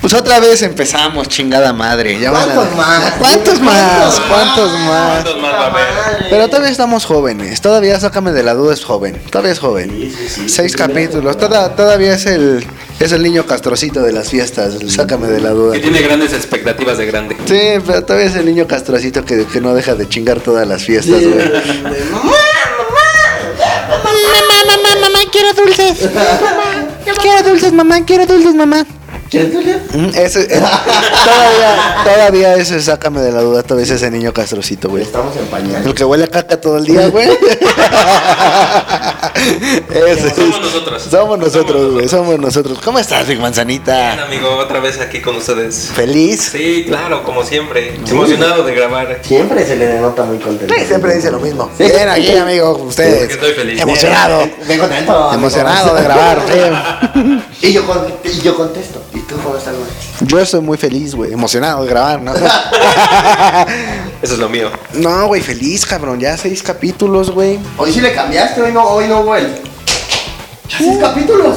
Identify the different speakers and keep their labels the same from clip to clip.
Speaker 1: Pues otra vez empezamos, chingada madre. Ya van a-
Speaker 2: ¿Cuántos más?
Speaker 1: ¿Cuántos más? ¿Cuántos más?
Speaker 3: ¿Cuántos más va a haber?
Speaker 1: Pero todavía estamos jóvenes, todavía sácame de la duda, es joven, todavía es joven. Seis capítulos, toda- todavía es el, es el niño castrocito de las fiestas, el sácame de la duda.
Speaker 3: Que tiene grandes expectativas de grande.
Speaker 1: Sí, pero todavía es el niño castrocito que, que no deja de chingar todas las fiestas, güey.
Speaker 4: Mamá, mamá, mamá, quiero dulces. Mamá, quiero dulces, mamá, quiero dulces, mamá.
Speaker 1: Mm, ese- eh, todavía, todavía ese sácame de la duda, todavía es ese niño castrocito, güey.
Speaker 2: Estamos en pañales.
Speaker 1: El que huele a caca todo el día, güey. Ese es.
Speaker 3: Somos nosotros.
Speaker 1: Somos nosotros, güey. Somos nosotros. ¿Cómo estás, Big
Speaker 3: Bien,
Speaker 1: Manzanita?
Speaker 3: amigo, otra vez aquí con ustedes.
Speaker 1: ¿Feliz?
Speaker 3: Sí, claro, como siempre. Emocionado de grabar.
Speaker 2: Siempre se le denota muy contento.
Speaker 1: Siempre dice lo mismo. Bien, aquí, amigo, ustedes.
Speaker 3: que estoy feliz.
Speaker 1: Emocionado.
Speaker 2: Bien contento.
Speaker 1: Emocionado de grabar,
Speaker 2: Y yo, con- y yo contesto. ¿Y tú cómo estás, güey?
Speaker 1: sí. Yo estoy muy feliz, güey. Emocionado de grabar, ¿no?
Speaker 3: Eso es lo mío.
Speaker 1: No, güey, feliz, cabrón. Ya seis capítulos, güey.
Speaker 2: Hoy sí le cambiaste, hoy no, hoy no hubo el. Ya seis capítulos.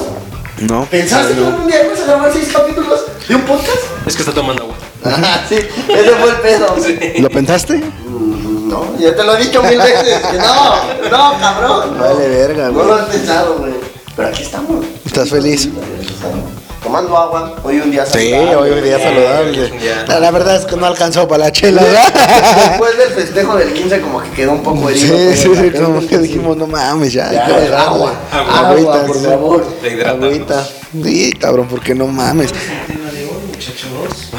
Speaker 1: No.
Speaker 2: ¿Pensaste que un día ibas a grabar seis capítulos de un podcast?
Speaker 3: Es que está tomando agua.
Speaker 2: Ajá, sí, ese fue el pedo.
Speaker 1: ¿Lo pensaste?
Speaker 2: Mm, No, ya te lo he dicho mil veces. que No, no, cabrón. no.
Speaker 1: Vale, verga,
Speaker 2: No
Speaker 1: güey.
Speaker 2: lo has pensado, güey. Pero aquí estamos.
Speaker 1: ¿Estás feliz?
Speaker 2: Tomando agua, hoy un día
Speaker 1: Sí,
Speaker 2: saludable.
Speaker 1: hoy un día
Speaker 3: Sí,
Speaker 1: saludable.
Speaker 3: hoy un día.
Speaker 1: La, la verdad es que no alcanzó para la chela, ¿verdad?
Speaker 2: Después del festejo del 15 como que quedó un poco herido.
Speaker 1: Sí, sí,
Speaker 2: todo
Speaker 1: sí,
Speaker 2: el
Speaker 1: como
Speaker 2: papel,
Speaker 1: que dijimos, no mames, ya.
Speaker 2: Ya,
Speaker 1: ya, ya,
Speaker 2: agua,
Speaker 3: agua,
Speaker 1: agüita,
Speaker 2: por
Speaker 1: sí.
Speaker 2: favor.
Speaker 3: De hidratarnos.
Speaker 1: Agüita. Sí, cabrón, porque no mames.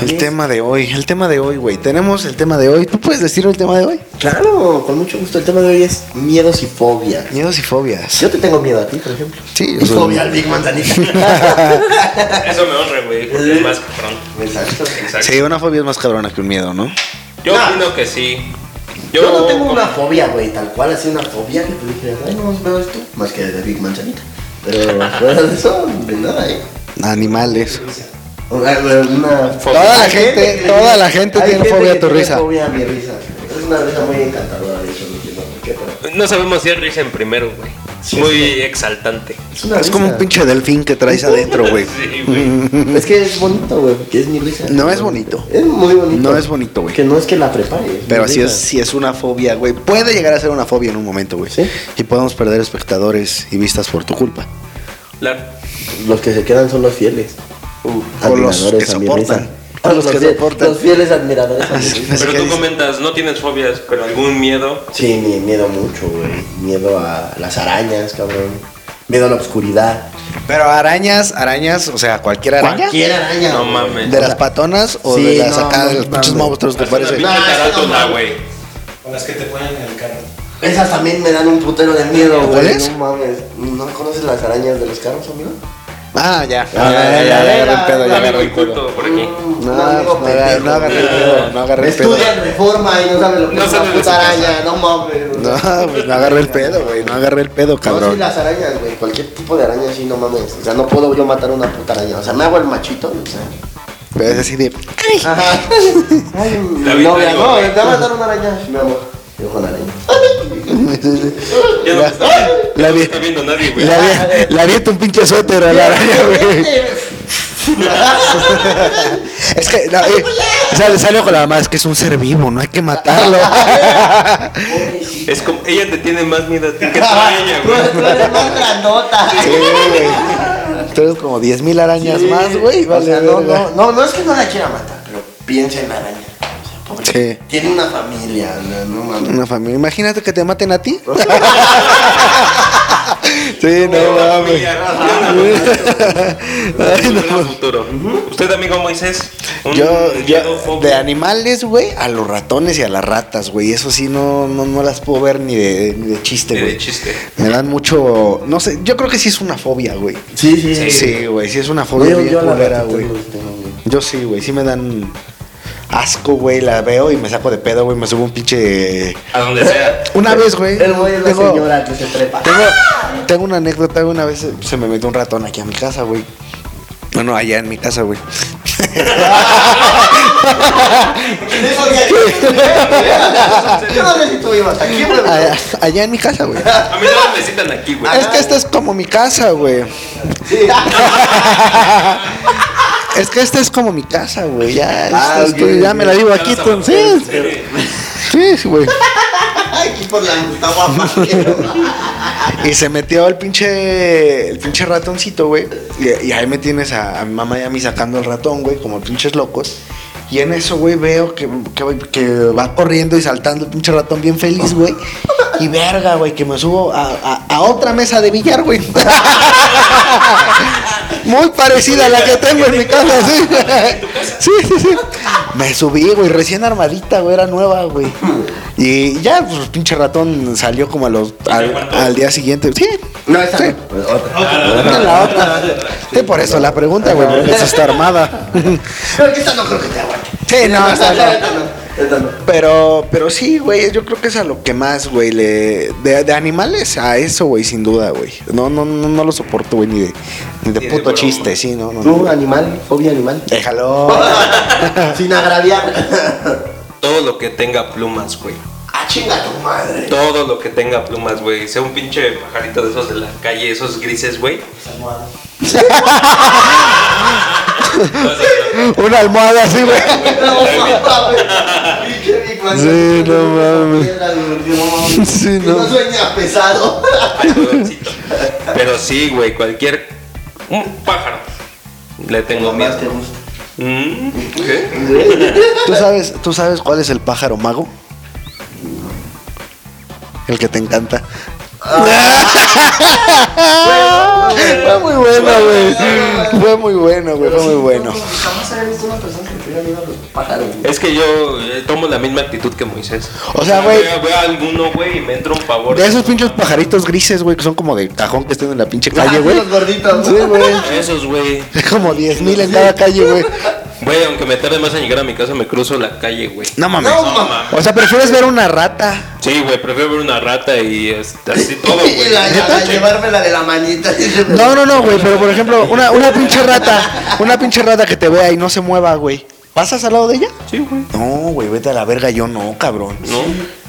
Speaker 1: El tema de hoy, el tema de hoy, güey. Tenemos el tema de hoy. ¿Tú puedes decir el tema de hoy?
Speaker 2: Claro, con mucho gusto. El tema de hoy es miedos y fobias.
Speaker 1: Miedos y fobias.
Speaker 2: Yo te tengo miedo a ti, por ejemplo.
Speaker 1: Sí,
Speaker 2: Y
Speaker 1: yo soy-
Speaker 2: fobia al Big Manzanita.
Speaker 3: Eso me honra, güey. porque Es más cabrón.
Speaker 2: Exacto.
Speaker 3: Exacto.
Speaker 1: Sí, una fobia es más cabrona que un miedo, ¿no?
Speaker 3: Yo
Speaker 2: No.
Speaker 3: opino que sí.
Speaker 2: Yo, no tengo
Speaker 3: como-
Speaker 2: una fobia, güey, tal cual, así una fobia que te dije, bueno, veo esto. Más que de Big Manzanita. Pero fuera de eso, de nada, ¿eh?
Speaker 1: Animales.
Speaker 2: Una, una fobia.
Speaker 1: Toda la gente, toda la gente
Speaker 2: Hay
Speaker 1: tiene fobia a
Speaker 2: que
Speaker 1: tu
Speaker 2: tiene
Speaker 1: risa.
Speaker 2: fobia a mi risa. Es una risa muy encantadora, de hecho, no entiendo por qué, pero.
Speaker 3: No sabemos si es risa en primero, güey.
Speaker 2: Sí,
Speaker 3: Muy
Speaker 2: sí.
Speaker 3: exaltante.
Speaker 2: Es una
Speaker 1: Es como un
Speaker 2: risa.
Speaker 1: pinche delfín que traes adentro, güey.
Speaker 3: Sí, güey.
Speaker 2: Es que es bonito, güey, porque es mi risa.
Speaker 1: No es bonito.
Speaker 2: Es muy bonito.
Speaker 1: No es bonito, güey.
Speaker 2: Que no es que la prepare.
Speaker 1: Pero
Speaker 2: mi
Speaker 1: si es,
Speaker 2: risa.
Speaker 1: si es una fobia, güey. Puede llegar a ser una fobia en un momento, güey.
Speaker 2: Sí.
Speaker 1: Y podemos perder espectadores y vistas por tu culpa.
Speaker 3: La-
Speaker 2: Los que se quedan son los fieles.
Speaker 1: o los
Speaker 2: admiradores
Speaker 1: que
Speaker 2: a mi
Speaker 1: soportan.
Speaker 2: risa.
Speaker 1: O los que
Speaker 2: fie-
Speaker 1: soportan. Ah,
Speaker 2: Los fieles admiradores a mi
Speaker 1: Sí.
Speaker 2: risa.
Speaker 1: Es
Speaker 3: Pero
Speaker 1: que
Speaker 3: tú
Speaker 1: dice-
Speaker 3: comentas, no tienes fobias, pero algún miedo.
Speaker 2: Sí, mi- miedo mucho, güey. Miedo a las arañas, cabrón. Miedo a la oscuridad.
Speaker 1: Pero arañas, arañas, o sea, cualquier araña.
Speaker 2: Cualquier araña.
Speaker 3: No
Speaker 2: güey.
Speaker 3: mames.
Speaker 1: ¿De las patonas o
Speaker 2: Sí,
Speaker 1: de las
Speaker 2: no,
Speaker 1: acá de
Speaker 2: no
Speaker 1: los pinches
Speaker 2: mames.
Speaker 1: monstruos que
Speaker 3: Hasta una
Speaker 1: parecen?
Speaker 3: pinche
Speaker 2: No, es que no
Speaker 3: tarántula,
Speaker 2: mames.
Speaker 3: güey.
Speaker 5: Con las que te ponen en el carro.
Speaker 2: Esas también me dan un putero de miedo, güey.
Speaker 1: ¿Cuáles?
Speaker 2: No mames. ¿No conoces las arañas de los carros, amigo?
Speaker 1: Ah, ya. Ya, ya,
Speaker 2: Ah,
Speaker 1: ya, ya agarré el pedo, ya
Speaker 3: Un
Speaker 1: agarré
Speaker 3: amigo
Speaker 1: el pedo.
Speaker 3: inculto por
Speaker 2: Mm,
Speaker 3: aquí.
Speaker 1: No, no agarré- no agarré el pedo, no agarré el pedo.
Speaker 2: Estudia en reforma y no sabe lo que
Speaker 3: No
Speaker 2: es
Speaker 3: sabe
Speaker 2: una
Speaker 3: lo que
Speaker 2: puta
Speaker 3: es.
Speaker 2: araña. No mames. güey.
Speaker 1: No, pues no agarré el pedo, güey. No agarré el pedo,
Speaker 2: No, sí,
Speaker 1: cabrón.
Speaker 2: las arañas, güey. Cualquier tipo de araña, sí, no mames. O sea, no puedo yo matar una puta araña. O sea, me hago el machito, o sea.
Speaker 1: Pero es así de.
Speaker 2: Ajá. Ay,
Speaker 3: La
Speaker 2: mi
Speaker 3: vi
Speaker 2: novia,
Speaker 3: algo,
Speaker 2: no,
Speaker 3: güey.
Speaker 2: te va a matar una araña. Mi amor. Yo con araña.
Speaker 3: Ya no me está, ya no
Speaker 1: La
Speaker 3: me
Speaker 1: vi-
Speaker 3: está viendo nadie, güey.
Speaker 1: Le avi- le aviento un pinche suéter a la araña, "Ah, güey. Es que, no, eh, o sea, le salió con la mamá, es que es un ser vivo, no hay que matarlo.
Speaker 3: Es como, ella te tiene más miedo a ti que tú a ella, güey.
Speaker 2: Tú eres más grandota.
Speaker 1: Sí, güey. Tú eres como 10 mil arañas más, güey.
Speaker 2: O
Speaker 1: Vale,
Speaker 2: sea, no,
Speaker 1: verga.
Speaker 2: no, no, no es que no la quiera matar, pero piensa en la araña. O sea, pobre.
Speaker 1: Sí.
Speaker 2: Tiene una familia, no, no mames.
Speaker 1: Una familia. Imagínate que te maten a ti. sí, no
Speaker 3: Una
Speaker 1: mames.
Speaker 3: familia, una
Speaker 1: Ay, no
Speaker 3: familia, un futuro. Usted, amigo Moisés, un
Speaker 1: Yo,
Speaker 3: miedo,
Speaker 1: yo
Speaker 3: fobia.
Speaker 1: de animales, güey, a los ratones y a las ratas, güey. Eso sí, no, no, no las puedo ver ni de, ni de chiste,
Speaker 3: Ni de
Speaker 1: güey.
Speaker 3: chiste.
Speaker 1: Me dan mucho. No sé, yo creo que sí es una fobia, güey.
Speaker 2: Sí, sí,
Speaker 3: Sí.
Speaker 1: Sí, güey, sí es una
Speaker 2: No,
Speaker 1: fobia
Speaker 2: yo,
Speaker 1: bien
Speaker 2: yo a la
Speaker 1: culera,
Speaker 2: ratita
Speaker 1: güey.
Speaker 2: no los tengo, güey.
Speaker 1: Yo sí, güey, sí me dan asco, güey. La veo y me saco de pedo, güey. Me subo un pinche.
Speaker 3: A donde sea.
Speaker 1: Una vez, güey.
Speaker 2: El güey es la
Speaker 1: tengo-
Speaker 2: señora que se trepa.
Speaker 1: Tengo, tengo una anécdota, güey, una vez se me metió un ratón aquí a mi casa, güey. Bueno, allá en mi casa, güey.
Speaker 2: Yo no sé si tú ibas aquí, güey.
Speaker 1: Allá, allá en mi casa, güey.
Speaker 3: A mí no me citan aquí, güey.
Speaker 1: Es que esta es como mi casa, güey.
Speaker 2: Sí.
Speaker 1: Es que esta es como mi casa, güey. Ya,
Speaker 2: Ah,
Speaker 1: esta estoy-
Speaker 2: ok,
Speaker 1: ya
Speaker 2: ok.
Speaker 1: me la vivo
Speaker 3: Ya
Speaker 1: aquí,
Speaker 3: los abandoné,
Speaker 1: entonces.
Speaker 3: sí.
Speaker 1: Sí, sí, güey.
Speaker 2: Aquí por la Gustavo Amadeo.
Speaker 1: Y se metió el pinche, el pinche ratoncito, güey. Y, y ahí me tienes a, a mi mamá y a mí sacando el ratón, güey, como pinches locos. Y en eso, güey, veo que, que- que va corriendo y saltando el pinche ratón bien feliz, güey. Y verga, güey, que me subo a, a- a otra mesa de billar, güey. Muy parecida a la que tengo en mi casa, sí. Sí, sí, sí. Me subí, güey, recién armadita, güey, era nueva, güey. Y ya, pues, pinche ratón salió como a los, al, al día siguiente. Sí.
Speaker 2: No, esa
Speaker 1: Sí.
Speaker 2: no. pues, Otra.
Speaker 1: Otra, la otra. Sí, por eso la pregunta, güey, porque esa está armada.
Speaker 2: Pero que esta no creo que te aguante.
Speaker 1: Sí, no, esa no.
Speaker 2: Esta no. Esta no.
Speaker 1: Pero, pero sí, güey, yo creo que es a lo que más, güey, le... De, de animales a eso, güey, sin duda, güey. No, no, no, no lo soporto, güey, ni de, ni de
Speaker 3: Ni de
Speaker 1: puto
Speaker 3: broma.
Speaker 1: chiste, sí, no, no.
Speaker 2: Tú,
Speaker 1: no.
Speaker 2: animal, fobia animal.
Speaker 1: Déjalo.
Speaker 2: Sin agraviar.
Speaker 3: Todo lo que tenga plumas, güey.
Speaker 2: ¡Ah, chinga tu madre!
Speaker 3: Todo lo que tenga plumas, güey. Sea un pinche pajarito de esos de la calle, esos grises, güey.
Speaker 1: Una almohada así, güey.
Speaker 2: No mames. Pinche Big Mac.
Speaker 1: Sí, no mames.
Speaker 2: Piedra de Urdión.
Speaker 1: Sí,
Speaker 2: Que
Speaker 1: no.
Speaker 2: No sueña pesado.
Speaker 3: Algodoncito. Pero sí, güey, cualquier. Un pájaro. Le tengo miedo. Mm, ¿Qué?
Speaker 1: ¿Tú sabes, ¿Tú sabes cuál es el pájaro mago? El que te encanta. Fue muy bueno, güey. Ah. Fue muy bueno, güey. Fue muy bueno.
Speaker 2: Jamás he visto una persona que tenga miedo a los pájaros.
Speaker 3: Es que yo eh, tomo la misma actitud que Moisés.
Speaker 1: O sea, güey.
Speaker 3: Veo, veo a alguno, güey, y me entra un favor.
Speaker 1: De esos pinches pajaritos grises, güey, que son como de cajón que estén en la pinche calle, güey.
Speaker 2: Los gorditos,
Speaker 1: Sí, güey.
Speaker 3: Esos, güey.
Speaker 1: Como 10 mil en cada calle, güey.
Speaker 3: Güey, aunque me tarde más en llegar a mi casa, me cruzo la calle, güey.
Speaker 1: No mames.
Speaker 2: No
Speaker 3: No
Speaker 2: mames.
Speaker 3: mames.
Speaker 1: O sea, prefieres ver una rata.
Speaker 3: Sí, güey, prefiero ver una rata y este, así todo,
Speaker 2: Y
Speaker 3: güey.
Speaker 2: la, la- llevármela de la manita.
Speaker 1: No, no, no, güey, pero por ejemplo, una, una pinche rata, una pinche rata que te vea y no se mueva, güey. ¿Pasas al lado de ella?
Speaker 3: Sí, güey.
Speaker 1: No, güey, vete a la verga, yo no, cabrón.
Speaker 3: No.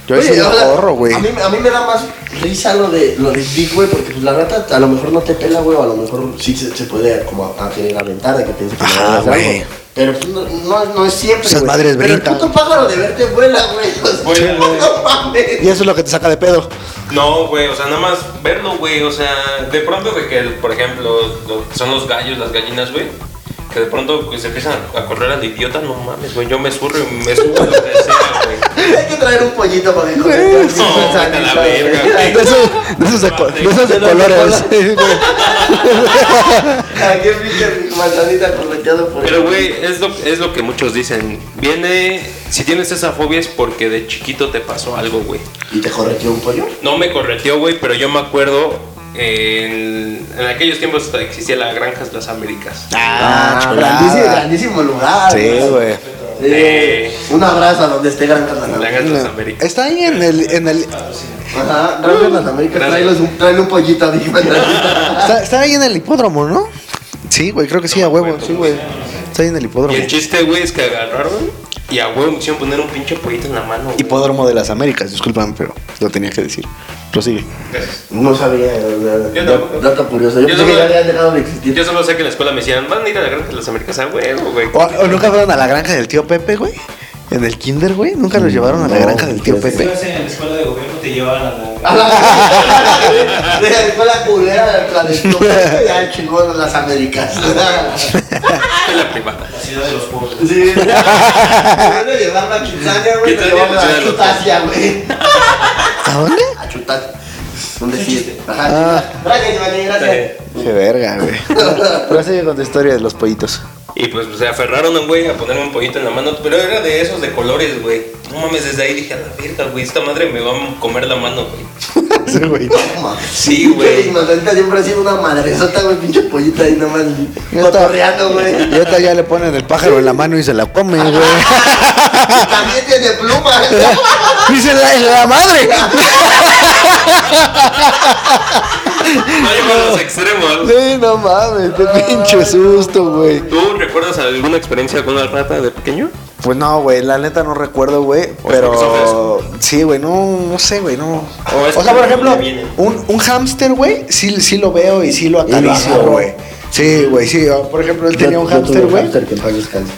Speaker 1: Yo
Speaker 2: Oye,
Speaker 1: soy un
Speaker 2: ahora,
Speaker 1: gorro, güey.
Speaker 2: A mí, a mí me da más risa lo de, lo de Big, güey, porque pues, la rata a lo mejor no te pela, güey, o a lo mejor sí se, se puede como a, a querer aventar de que piense que le
Speaker 1: Ajá,
Speaker 2: va a hacer
Speaker 1: güey.
Speaker 2: algo. Pero pues, no, no, no es siempre,
Speaker 1: Esas
Speaker 2: güey.
Speaker 1: madres
Speaker 2: Pero
Speaker 1: brincan.
Speaker 2: el puto pájaro de verte vuela, güey. O sea,
Speaker 3: Vuela, güey.
Speaker 2: No mames.
Speaker 1: Y eso es lo que te saca de pedo.
Speaker 3: No, güey, o sea, nada más verlo, güey, o sea, de pronto de que, por ejemplo, lo que son los gallos, las gallinas, güey, que de pronto pues, se empiezan a correr al idiota, no mames, güey, yo me surro y me subo a lo que sea, güey.
Speaker 2: Hay que traer un pollito para que comer.
Speaker 3: No, vete a la verga,
Speaker 1: De
Speaker 3: güey.
Speaker 1: esos de, esos de, co- Ah, de esos de colores. sí, güey.
Speaker 2: Aquí pinche manzanita correteado por
Speaker 3: Pero, güey, es lo, es lo que muchos dicen. Viene, si tienes esa fobia es porque de chiquito te pasó algo, güey.
Speaker 2: ¿Y te correteó un pollo?
Speaker 3: No me correteó, güey, pero yo me acuerdo en, en aquellos tiempos existía la Granjas Las Américas.
Speaker 1: Ah,
Speaker 2: grandísimo,
Speaker 1: chulada.
Speaker 2: grandísimo lugar.
Speaker 1: Sí, güey.
Speaker 2: Sí.
Speaker 3: Eh.
Speaker 2: Un abrazo a donde esté Gran Catalán.
Speaker 3: Granjas Las Américas.
Speaker 1: Está ahí en el, en el,
Speaker 2: Ajá, Gran Catalán América, tráelos un, tráele un pollito a Big Manzanita.
Speaker 1: está, está ahí en el hipódromo, ¿no? Sí, güey, creo que sí, a huevo, sí, güey. Está ahí en el
Speaker 3: Y
Speaker 1: hipódromo.
Speaker 3: el chiste, güey, es que agarraron y a huevo me hicieron poner un pinche pollito en la mano. güey.
Speaker 1: Hipódromo de las Américas, discúlpame, pero lo tenía que decir. Prosigue.
Speaker 2: No sabía, eh,
Speaker 3: Yo
Speaker 2: da-
Speaker 3: tampoco.
Speaker 2: dato curioso. Yo,
Speaker 3: Yo
Speaker 2: pensé que
Speaker 3: solo-
Speaker 2: ya habían dejado de existir.
Speaker 3: Yo solo sé que en la escuela me decían, van a ir a la granja de las Américas a huevo, güey.
Speaker 1: ¿O, o nunca fueron a la granja del tío Pepe, güey? ¿En el kinder, güey? ¿Nunca los llevaron a la
Speaker 2: no,
Speaker 1: granja del tío
Speaker 2: pues,
Speaker 5: Si
Speaker 1: Pepe?
Speaker 5: vas en la escuela de gobierno te llevan a la...
Speaker 2: A la de la escuela culera de la de Tío Pepe, ya chingón las Américas.
Speaker 3: En la privada.
Speaker 5: la ciudad de los pueblos.
Speaker 2: Sí. Bueno, llevarla a Chutania, güey, te
Speaker 3: Quitalia,
Speaker 2: llevarla
Speaker 3: Chutania,
Speaker 2: a
Speaker 3: los-
Speaker 2: Chutasia, güey.
Speaker 1: ¿A dónde?
Speaker 2: A Chutasia. Un decir.
Speaker 1: Ah.
Speaker 2: Ajá. Gracias, Iván, gracias.
Speaker 1: Qué verga, güey. Prosigue con tu historia de los pollitos.
Speaker 3: Y pues se aferraron a un güey a ponerme un pollito en la mano, pero era de esos de colores, güey. No mames, desde ahí dije, a la verga, güey, esta madre me va a comer la mano, güey.
Speaker 1: Sí, güey.
Speaker 3: Sí,
Speaker 2: Y
Speaker 3: güey.
Speaker 2: Mazanita siempre ha sido una madresota, güey, pinche pollita ahí nomás cotorreando, güey.
Speaker 1: Y ahorita ya le ponen el pájaro en la mano y se la comen, güey.
Speaker 2: También tiene plumas.
Speaker 1: Dicen la, la madre.
Speaker 3: Vaya a los extremos.
Speaker 1: Sí, no mames, qué pinche susto, güey.
Speaker 3: ¿Tú recuerdas alguna experiencia con una rata de pequeño?
Speaker 1: Pues no, güey, la neta no recuerdo, güey.
Speaker 3: O sea, porque
Speaker 1: Pero.
Speaker 3: son
Speaker 1: Sí, güey, no, no sé, güey, no.
Speaker 3: O es
Speaker 1: O sea, por
Speaker 3: que
Speaker 1: ejemplo,
Speaker 3: vienen.
Speaker 1: un, un hámster, güey, sí, sí lo veo y sí lo
Speaker 2: Y lo
Speaker 1: acaricio,
Speaker 2: agarro.
Speaker 1: güey. Sí, güey, sí. yo, Por ejemplo, él tenía
Speaker 2: Yo-
Speaker 1: un
Speaker 2: yo tuve
Speaker 1: hámster, güey.
Speaker 2: hámster que en paz descanse.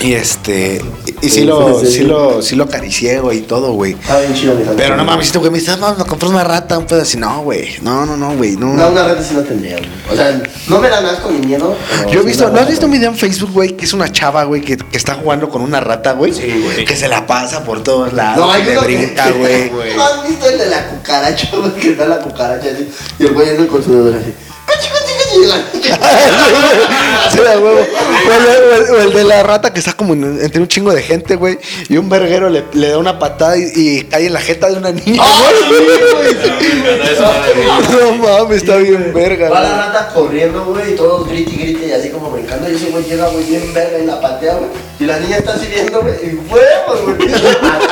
Speaker 1: Y este. Y, y sí,
Speaker 2: Sí,
Speaker 1: lo,
Speaker 2: sí, sí.
Speaker 1: sí, lo, sí lo acaricié, güey, y todo, güey.
Speaker 2: Estaba bien chido mi hámster.
Speaker 1: Pero no mames, este güey me dice, "Ah, vamos, a comprar una rata, un pedo así. No, güey. No, no, no, güey. No.
Speaker 2: No, una rata sí la tendría, güey. O sea, no me dan asco ni miedo. pero
Speaker 1: Yo he
Speaker 2: sí
Speaker 1: visto,
Speaker 2: una
Speaker 1: ¿no has
Speaker 2: rata.
Speaker 1: visto un video en Facebook, güey? Que es una chava, güey, que, que está jugando con una rata, güey.
Speaker 3: Sí, güey.
Speaker 1: Que se la pasa por todos lados.
Speaker 2: No,
Speaker 1: No,
Speaker 2: hay
Speaker 1: le
Speaker 2: uno que-
Speaker 1: brinca, güey.
Speaker 2: ¿No has visto el de la cucaracha, güey? Que está la cucaracha así. Y el güey en el consumidor así. "Cachi, cachi, cachi", y la-
Speaker 1: Sí, de huevo. O el, o el- o el de la rata que está como en- entre un chingo de gente, güey. Y un verguero le, le da una patada y, y cae en la jeta de una niña,
Speaker 2: ¡Ah,
Speaker 1: güey.
Speaker 5: Ah,
Speaker 1: No mames, está bien verga,
Speaker 2: Va la
Speaker 1: güey.
Speaker 2: rata corriendo, güey, y todos grite y grite y así como brincando. Y ese güey llega, güey, bien verga y la patea, güey. Y la niña está así viendo, güey, y huevos, güey. Ratazo,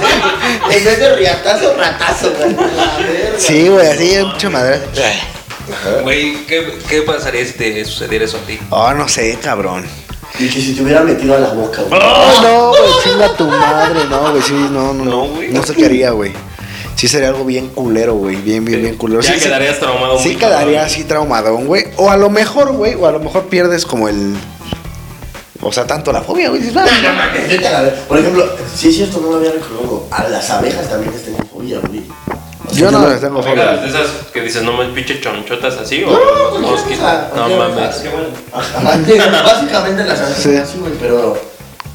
Speaker 2: güey. En vez de riatazo, ratazo, güey. La verga.
Speaker 1: Sí, güey, así es mucha madre.
Speaker 3: Güey, ¿qué, ¿qué pasaría si te sucediera eso a ti?
Speaker 1: Oh, no sé, cabrón.
Speaker 2: Y que si te hubiera metido a la boca, güey.
Speaker 1: Oh, no, güey, chinga tu madre, no, güey, sí, no, no,
Speaker 3: No,
Speaker 1: no,
Speaker 3: güey.
Speaker 1: no sé qué haría, güey. Sí sería algo bien culero, güey, bien, bien, bien culero.
Speaker 3: Ya
Speaker 1: sí,
Speaker 3: quedarías
Speaker 1: sí,
Speaker 3: traumado
Speaker 1: Sí
Speaker 3: muy
Speaker 1: quedaría
Speaker 3: cabrón.
Speaker 1: así traumadón, güey. O a lo mejor, güey, o a lo mejor pierdes como el... O sea, tanto la fobia, güey. dices, "Ah, no, no".
Speaker 2: Vete a la ver- Por ejemplo, si es cierto, no lo había recordado. A las abejas también les tengo fobia, güey. O sea,
Speaker 1: Yo no les tengo
Speaker 3: Oiga,
Speaker 1: fobia.
Speaker 3: de esas que dices, no mames, pinche chonchotas así o
Speaker 1: pues,
Speaker 2: No, no,
Speaker 3: mosquitos.
Speaker 2: no, no,
Speaker 3: No
Speaker 2: no,
Speaker 3: mames.
Speaker 2: Ajá, sí, Básicamente las abejas
Speaker 1: Sí.
Speaker 2: son así, güey, pero.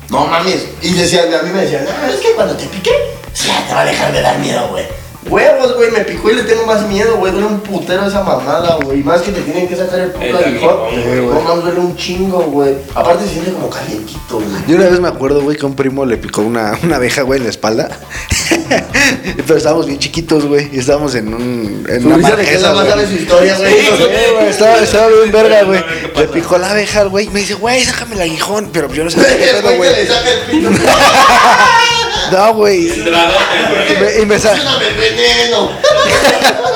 Speaker 2: No mames. Y decía, a mí me decían, no, es que cuando te pique, se te va a dejar de dar miedo, güey. Huevos, güey, me picó y le tengo más miedo, güey. Duele un putero esa mamada, güey. Más que te tienen que sacar el puto
Speaker 3: El
Speaker 2: aguijón.
Speaker 3: aguijón, güey.
Speaker 2: No mames, duele un chingo, güey. Aparte se siente como calientito, güey.
Speaker 1: Yo una vez me acuerdo, güey, que a un primo le picó una, una abeja, güey, en la espalda. Pero estábamos bien chiquitos, güey. Y estábamos en un. En una
Speaker 2: Ulises de
Speaker 1: marquesa,
Speaker 2: Quesada
Speaker 1: güey.
Speaker 2: sabe su historia, güey.
Speaker 1: Sí, güey, Estaba, estaba bien verga, güey.
Speaker 3: A ver qué pasa.
Speaker 1: Le picó la abeja al güey. Me dice, güey, sácame el aguijón. Pero yo no sabía qué
Speaker 2: El
Speaker 1: pedo,
Speaker 2: güey que
Speaker 1: güey.
Speaker 2: le saca el pito.
Speaker 1: No, güey.
Speaker 3: El dragote,
Speaker 1: Y
Speaker 3: güey.
Speaker 1: me, y me sa-
Speaker 2: ¡Dame el veneno!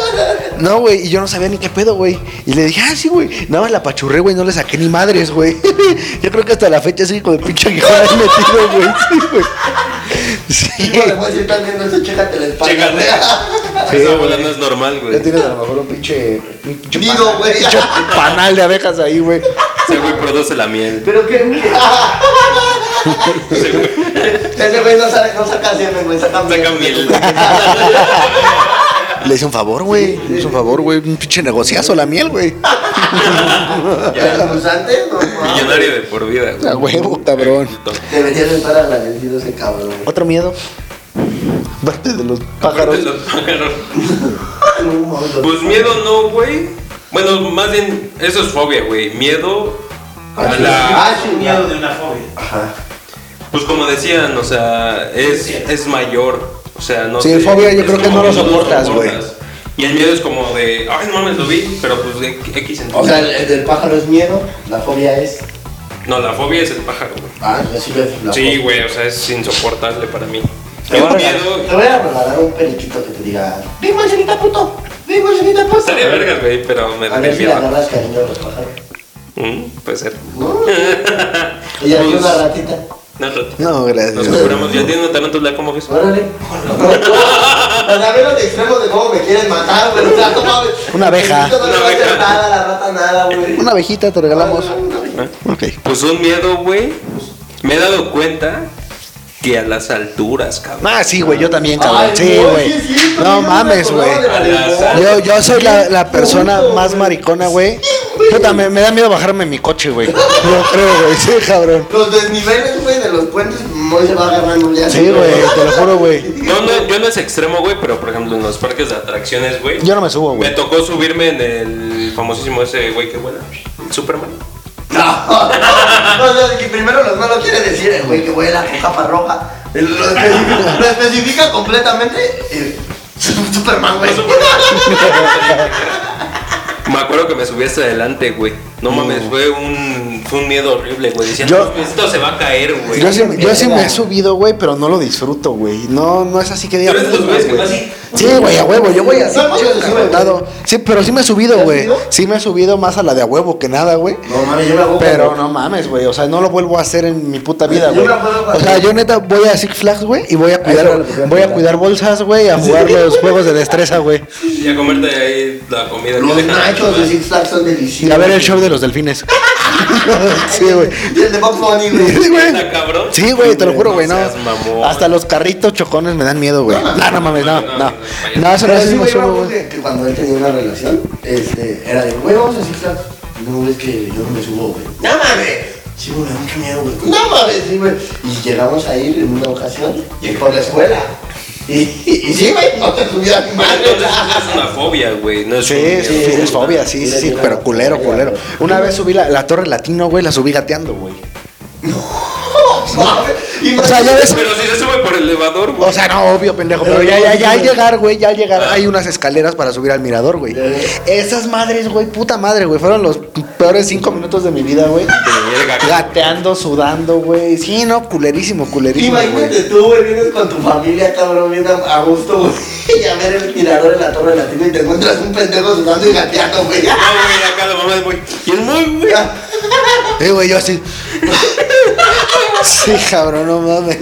Speaker 1: No, güey, y yo no sabía ni qué pedo, güey. Y le dije, ah, sí, güey. Nada más la apachurré, güey, no le saqué ni madres, güey. yo creo que hasta la fecha sigue con el pinche aguijón ahí metido, güey. Sí, güey. Sí.
Speaker 2: Y bueno, pues, si estás viendo eso, chécate la espalda.
Speaker 3: Chécate.
Speaker 2: güey.
Speaker 1: Sí,
Speaker 3: Esa
Speaker 1: güey.
Speaker 3: bola no es normal, güey.
Speaker 1: Ya tienes a lo mejor un pinche. Un pinche
Speaker 2: Nido,
Speaker 1: panal-
Speaker 2: güey.
Speaker 1: pinche panal de abejas ahí, güey.
Speaker 3: Ese güey produce la miel.
Speaker 2: Pero que. Ese güey no, sabe, no saca semen, güey, saca miel.
Speaker 3: Saca miel.
Speaker 1: Le hice un favor, güey. Le hice un favor, güey. Un pinche negociazo la miel, güey.
Speaker 2: ¿El pulsante? No, mames.
Speaker 3: Millonario de por vida, güey.
Speaker 1: A huevo, cabrón.
Speaker 2: Deberías estar agradecido ese cabrón. güey.
Speaker 1: Otro miedo. Parte de los
Speaker 3: Aparte
Speaker 1: pájaros.
Speaker 3: los pájaros.
Speaker 2: No, mames, lo-
Speaker 3: Pues miedo no, güey. Bueno, más bien, eso es fobia, güey. Miedo a la...
Speaker 2: Ah, sí,
Speaker 5: miedo
Speaker 2: miedo.
Speaker 5: de una fobia.
Speaker 2: Ajá.
Speaker 3: Pues como decían, o sea, es, es mayor. O sea, no
Speaker 1: Sí,
Speaker 3: sé,
Speaker 1: fobia yo
Speaker 3: es
Speaker 1: creo que
Speaker 3: como
Speaker 1: no lo
Speaker 3: que
Speaker 1: soportas, güey.
Speaker 3: Y el miedo es como de, ay, no mames, lo vi, pero pues de X en
Speaker 2: O sea, el, el del pájaro es miedo, la fobia es.
Speaker 3: No, la fobia es el pájaro, güey.
Speaker 2: Ah, yo sí veo la
Speaker 3: Sí,
Speaker 2: fobia.
Speaker 3: güey, o sea, es insoportable para mí.
Speaker 2: Te
Speaker 3: El
Speaker 2: voy, a regalar, te
Speaker 3: miedo
Speaker 2: voy a regalar un periquito que te diga. ¡Ven, manzanita puto! ¡Ven, manzanita puto!
Speaker 3: estaría vergas, güey, pero me
Speaker 2: A
Speaker 3: da
Speaker 2: ver si le
Speaker 3: miedo.
Speaker 2: agarras cariño a los pájaros.
Speaker 3: Mm, Puede ser.
Speaker 2: No. Y aquí
Speaker 3: Pues-
Speaker 2: una ratita.
Speaker 3: No, no,
Speaker 1: No,
Speaker 3: Nos
Speaker 1: gracias.
Speaker 3: curamos. Ya tiene una tarántula, ¿cómo ves?
Speaker 2: Órale. O sea, ve los extremos de cómo me quieren matar, güey. O sea, no mames.
Speaker 1: Una abeja.
Speaker 2: El niño No
Speaker 3: Una
Speaker 2: le va a hacer
Speaker 3: abeja.
Speaker 2: nada, la rata nada, güey.
Speaker 1: Una abejita te regalamos.
Speaker 2: Una abeja.
Speaker 1: Ok.
Speaker 3: Pues un miedo, güey. Me he dado cuenta que a las alturas, cabrón.
Speaker 1: Ah, sí, güey, yo también, cabrón.
Speaker 2: Ay,
Speaker 1: Sí,
Speaker 2: no,
Speaker 1: güey.
Speaker 2: sí es cierto,
Speaker 1: No
Speaker 2: yo me
Speaker 1: mames, güey.
Speaker 2: acordaba de la del
Speaker 1: Yo, yo soy la, la persona
Speaker 2: Puto,
Speaker 1: más
Speaker 2: güey.
Speaker 1: maricona, güey. Yo también me da miedo bajarme en mi coche, güey. Yo creo, güey. Sí, cabrón.
Speaker 2: Los desniveles, güey, de los puentes, no se va agarrando ya.
Speaker 1: Sí, güey, te lo juro, güey.
Speaker 3: No, no, yo no es extremo, güey, pero por ejemplo en los parques de atracciones, güey.
Speaker 1: Yo no me subo,
Speaker 3: Me
Speaker 1: güey.
Speaker 3: tocó subirme en el famosísimo ese güey que vuela, el Superman.
Speaker 2: No, o sea, que primero los no lo quiere decir, el güey, que güey, la capa roja. El- Lo especifica, lo especifica completamente. eh, Superman, güey.
Speaker 3: Me acuerdo que me subí hasta adelante, güey. No mames, fue un, fue un miedo horrible, güey. Decía,
Speaker 1: Yo-
Speaker 3: "No, esto se va a caer, güey.
Speaker 1: Yo sí, yo sí me
Speaker 2: Verga.
Speaker 1: he subido, güey, pero no lo disfruto, güey. No, no es así que diga.
Speaker 3: Pero es de los güeyes que
Speaker 1: güey.
Speaker 3: va así.
Speaker 1: Sí, güey, a huevo, yo voy así.
Speaker 2: No, no,
Speaker 1: chido,
Speaker 2: se sube,
Speaker 1: acotado. Sí, pero sí me he subido,
Speaker 2: has
Speaker 1: güey.
Speaker 2: subido?
Speaker 1: Sí me he subido más a la de a huevo que nada, güey.
Speaker 2: No mames, yo me hago.
Speaker 1: Pero no mames, güey. O sea, no lo vuelvo a hacer en mi puta vida,
Speaker 2: Yo
Speaker 1: güey.
Speaker 2: me acuerdo
Speaker 1: O
Speaker 2: cuando-
Speaker 1: sea, yo neta voy a Six Flags, güey, y voy a
Speaker 2: era
Speaker 1: cuidar,
Speaker 2: lo que te iba
Speaker 1: voy a
Speaker 2: a preguntar.
Speaker 1: cuidar bolsas, güey, a jugar los juegos de destreza, güey.
Speaker 3: Y a comerte ahí la comida. "Ah,
Speaker 2: Los
Speaker 3: Deja-
Speaker 2: nachos de Six Flags son
Speaker 1: Y
Speaker 2: deliciosos.
Speaker 1: a ver el show de de los delfines. sí, güey.
Speaker 2: Y el de Box Bunny, güey.
Speaker 1: Sí, güey.
Speaker 3: ¿Está cabrón?
Speaker 1: Sí, güey, te lo juro, güey, no.
Speaker 3: No seas mamón.
Speaker 1: Hasta los carritos chocones me dan miedo, güey. No, no mames, no,
Speaker 3: No,
Speaker 1: no.
Speaker 3: no,
Speaker 1: No, eso no
Speaker 2: Pero
Speaker 1: es
Speaker 2: ese güey,
Speaker 1: emoción,
Speaker 2: vamos,
Speaker 1: güey.
Speaker 2: que cuando él tenía una relación, este, era de, güey, vamos a ciclar. No, es que yo no me subo, güey. ¡No mames! Sí, güey, qué miedo, güey. ¡No mames! Sí, güey. Y llegamos a ir en una ocasión y por la escuela. Y, y, y sí, güey, no te subía mi madre.
Speaker 3: Entonces, Ah, es una fobia, güey. No es
Speaker 1: Sí,
Speaker 3: un miedo.
Speaker 1: sí, sí, es fobia, sí, sí, sí, pero culero, culero. Una vez subí la, la torre latino, güey, la subí gateando, güey.
Speaker 2: Y
Speaker 1: O sea, ya ves.
Speaker 3: Pero si se sube por el elevador, güey.
Speaker 1: O sea, no, obvio, pendejo. Pero ya, ya, ya al llegar, güey, ya al llegar, hay unas escaleras para subir al mirador, güey. Esas madres, güey, puta madre, güey. Fueron los peores cinco minutos de mi vida, güey. Gateando, sudando, güey. Sí, no, culerísimo, culerísimo,
Speaker 2: Imagínate
Speaker 1: güey.
Speaker 2: tú, güey, vienes con tu familia, cabrón, bien a a gusto, güey. Y a ver el tirador en la torre latina y te encuentras un pendejo sudando y gateando, güey.
Speaker 3: No, güey, acá la mamá es muy. Y es muy, güey.
Speaker 1: Eh, güey, yo así. Sí, cabrón, no mames.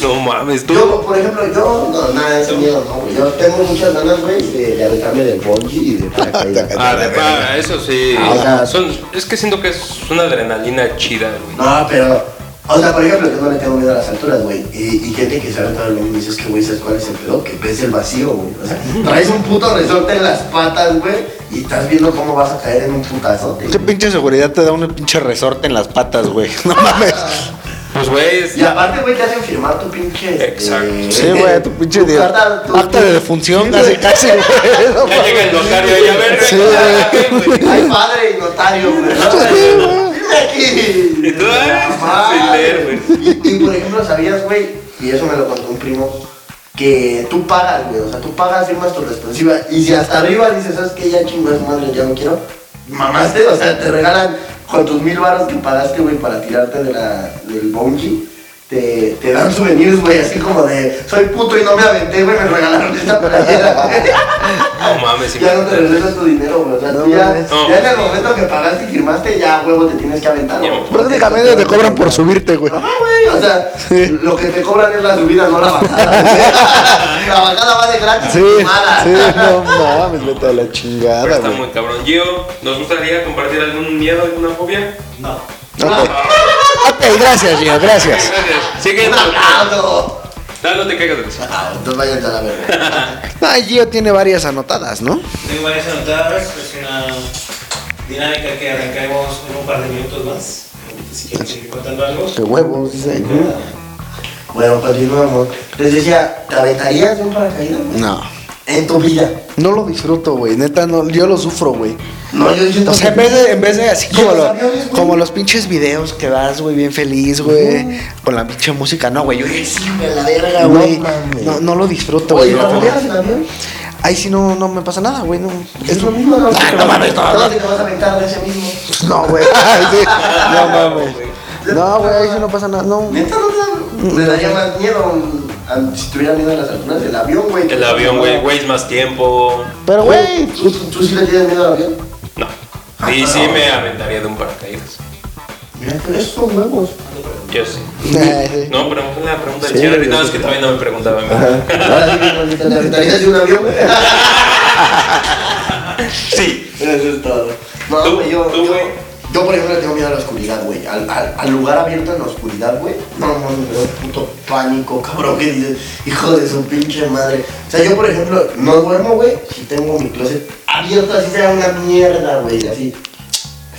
Speaker 3: No mames, tú.
Speaker 2: Yo, por ejemplo, yo, no, nada, de ese miedo, no, güey. Yo tengo muchas ganas, güey, de, de aventarme del bungee y de paracaídas.
Speaker 3: Ah, de- ah, eso sí.
Speaker 2: Ah, o sea-
Speaker 3: Son, es que siento que es una adrenalina chida, güey.
Speaker 2: No, pero, o sea, por ejemplo, yo no le tengo miedo a las alturas, güey. Y, y gente que se aventado del bungee y dices que, güey, ¿sabes cuál es el pedo? Que ves el vacío, güey. O sea, traes un puto resorte en las patas, güey, y estás viendo cómo vas a caer en un putazote.
Speaker 1: ¿Qué pinche seguridad te da un pinche resorte en las patas, güey? No mames.
Speaker 3: Pues, güey, es-
Speaker 2: Y aparte, güey, te hacen firmar tu pinche. este,
Speaker 3: Exacto.
Speaker 1: Sí, güey, tu pinche de,
Speaker 2: carta, tu-
Speaker 1: acta de defunción, casi, casi, güey. No
Speaker 3: ya llega el notario ahí a ver,
Speaker 1: Sí,
Speaker 3: güey, ya, güey.
Speaker 2: Ay, padre y notario, güey. ¿no? Dime aquí.
Speaker 3: Y tú, ay,
Speaker 2: Madre.
Speaker 3: sin leer, güey.
Speaker 2: Y por ejemplo, ¿sabías, güey? Y eso me lo contó un primo. Que tú pagas, güey. O sea, tú pagas, firmas tu responsiva. Y si hasta arriba dices, ¿sabes qué? Ya chingo es madre, ya no quiero. Mamaste, o sea, te regalan con tus mil baros que pagaste, güey, para tirarte de la, del bungee. Te, te dan souvenirs, güey, así como de soy puto y no me aventé, güey, me regalaron esta playera, güey.
Speaker 3: No mames, sí.
Speaker 2: Ya no te regresas tu dinero, güey. O sea, tú ya,
Speaker 3: No.
Speaker 2: ya en el momento que pagaste y firmaste, ya huevo te tienes que aventar. güey.
Speaker 3: Ya.
Speaker 1: Prácticamente te cobran por subirte, güey.
Speaker 2: No, güey. O sea, lo que te cobran es la subida, no la bajada. güey. la bajada va de gratis.
Speaker 1: Sí,
Speaker 2: mala.
Speaker 1: sí, no mames, vete a la
Speaker 3: Pero
Speaker 1: chingada,
Speaker 3: está
Speaker 1: güey.
Speaker 3: muy cabrón. Gio, ¿nos gustaría compartir algún miedo, alguna fobia? Ah,
Speaker 5: No.
Speaker 1: Ok, Ok, gracias, Gio, gracias.
Speaker 3: Gracias. Sigue.
Speaker 2: Un aplauso.
Speaker 3: No, no te caigas de risa.
Speaker 2: Ah, Entonces vayan a la verga.
Speaker 1: No, Gio tiene varias anotadas, ¿no?
Speaker 5: Tengo varias anotadas. Es una dinámica que arrancaremos en un par de minutos más. Si quieren seguir contando algo.
Speaker 1: Qué huevos, dice.
Speaker 2: Bueno, pues, continuamos. Les decía, ¿te aventarías de un paracaídas? güey?
Speaker 1: No.
Speaker 2: En tu vida.
Speaker 1: No lo disfruto, güey. Neta, no, yo lo sufro, güey.
Speaker 2: No, yo siento
Speaker 1: O sea, en vez de, en vez de así como,
Speaker 2: Los
Speaker 1: lo-
Speaker 2: aviones, güey.
Speaker 1: como los pinches videos que das, güey, bien feliz, güey. Con la pinche música, no, güey. Yo sí,
Speaker 2: de la verga,
Speaker 1: güey.
Speaker 2: Ah, güey.
Speaker 1: No, no lo disfruto,
Speaker 2: Oye,
Speaker 1: güey.
Speaker 2: ¿cuando viajas en avión?
Speaker 1: Ahí sí no, no me pasa nada, güey. No.
Speaker 2: Es lo mismo, ¿no?
Speaker 1: Ah, no mames, no, no.
Speaker 2: Todo te vas a aventar de ese mismo.
Speaker 1: No, güey. Ay, sí. No mames. No, güey, ahí sí no pasa nada. No.
Speaker 2: Neta, no te- me daría más miedo un- a- si tuviera miedo a las alturas del avión, güey.
Speaker 3: El avión, güey, güey, es más tiempo.
Speaker 1: Pero, güey.
Speaker 2: ¿Tú, tú sí le tienes miedo al avión?
Speaker 3: No. Y sí me aventaría de un paracaídas.
Speaker 2: Mira, pero esos son huevos.
Speaker 3: Yo sí.
Speaker 1: Sí.
Speaker 3: No, pero fue la pregunta
Speaker 1: Sí,
Speaker 3: del Charlie. No,
Speaker 1: güey.
Speaker 3: es que todavía no me preguntaba.
Speaker 2: Ahora sí, que te aventarías de un avión, güey.
Speaker 3: Sí.
Speaker 2: Eso es todo. No,
Speaker 3: ¿Tú?
Speaker 2: güey, yo,
Speaker 3: ¿Tú,
Speaker 2: yo,
Speaker 3: güey?
Speaker 2: yo, por ejemplo, le tengo miedo a la oscuridad, güey. Al, al- al lugar abierto en la oscuridad, güey. No, no, me da un puto pánico, cabrón, que dices, hijo de su pinche madre. O sea, yo, por ejemplo, no duermo, güey, si tengo mi closet abierto, así sea una mierda, güey, así.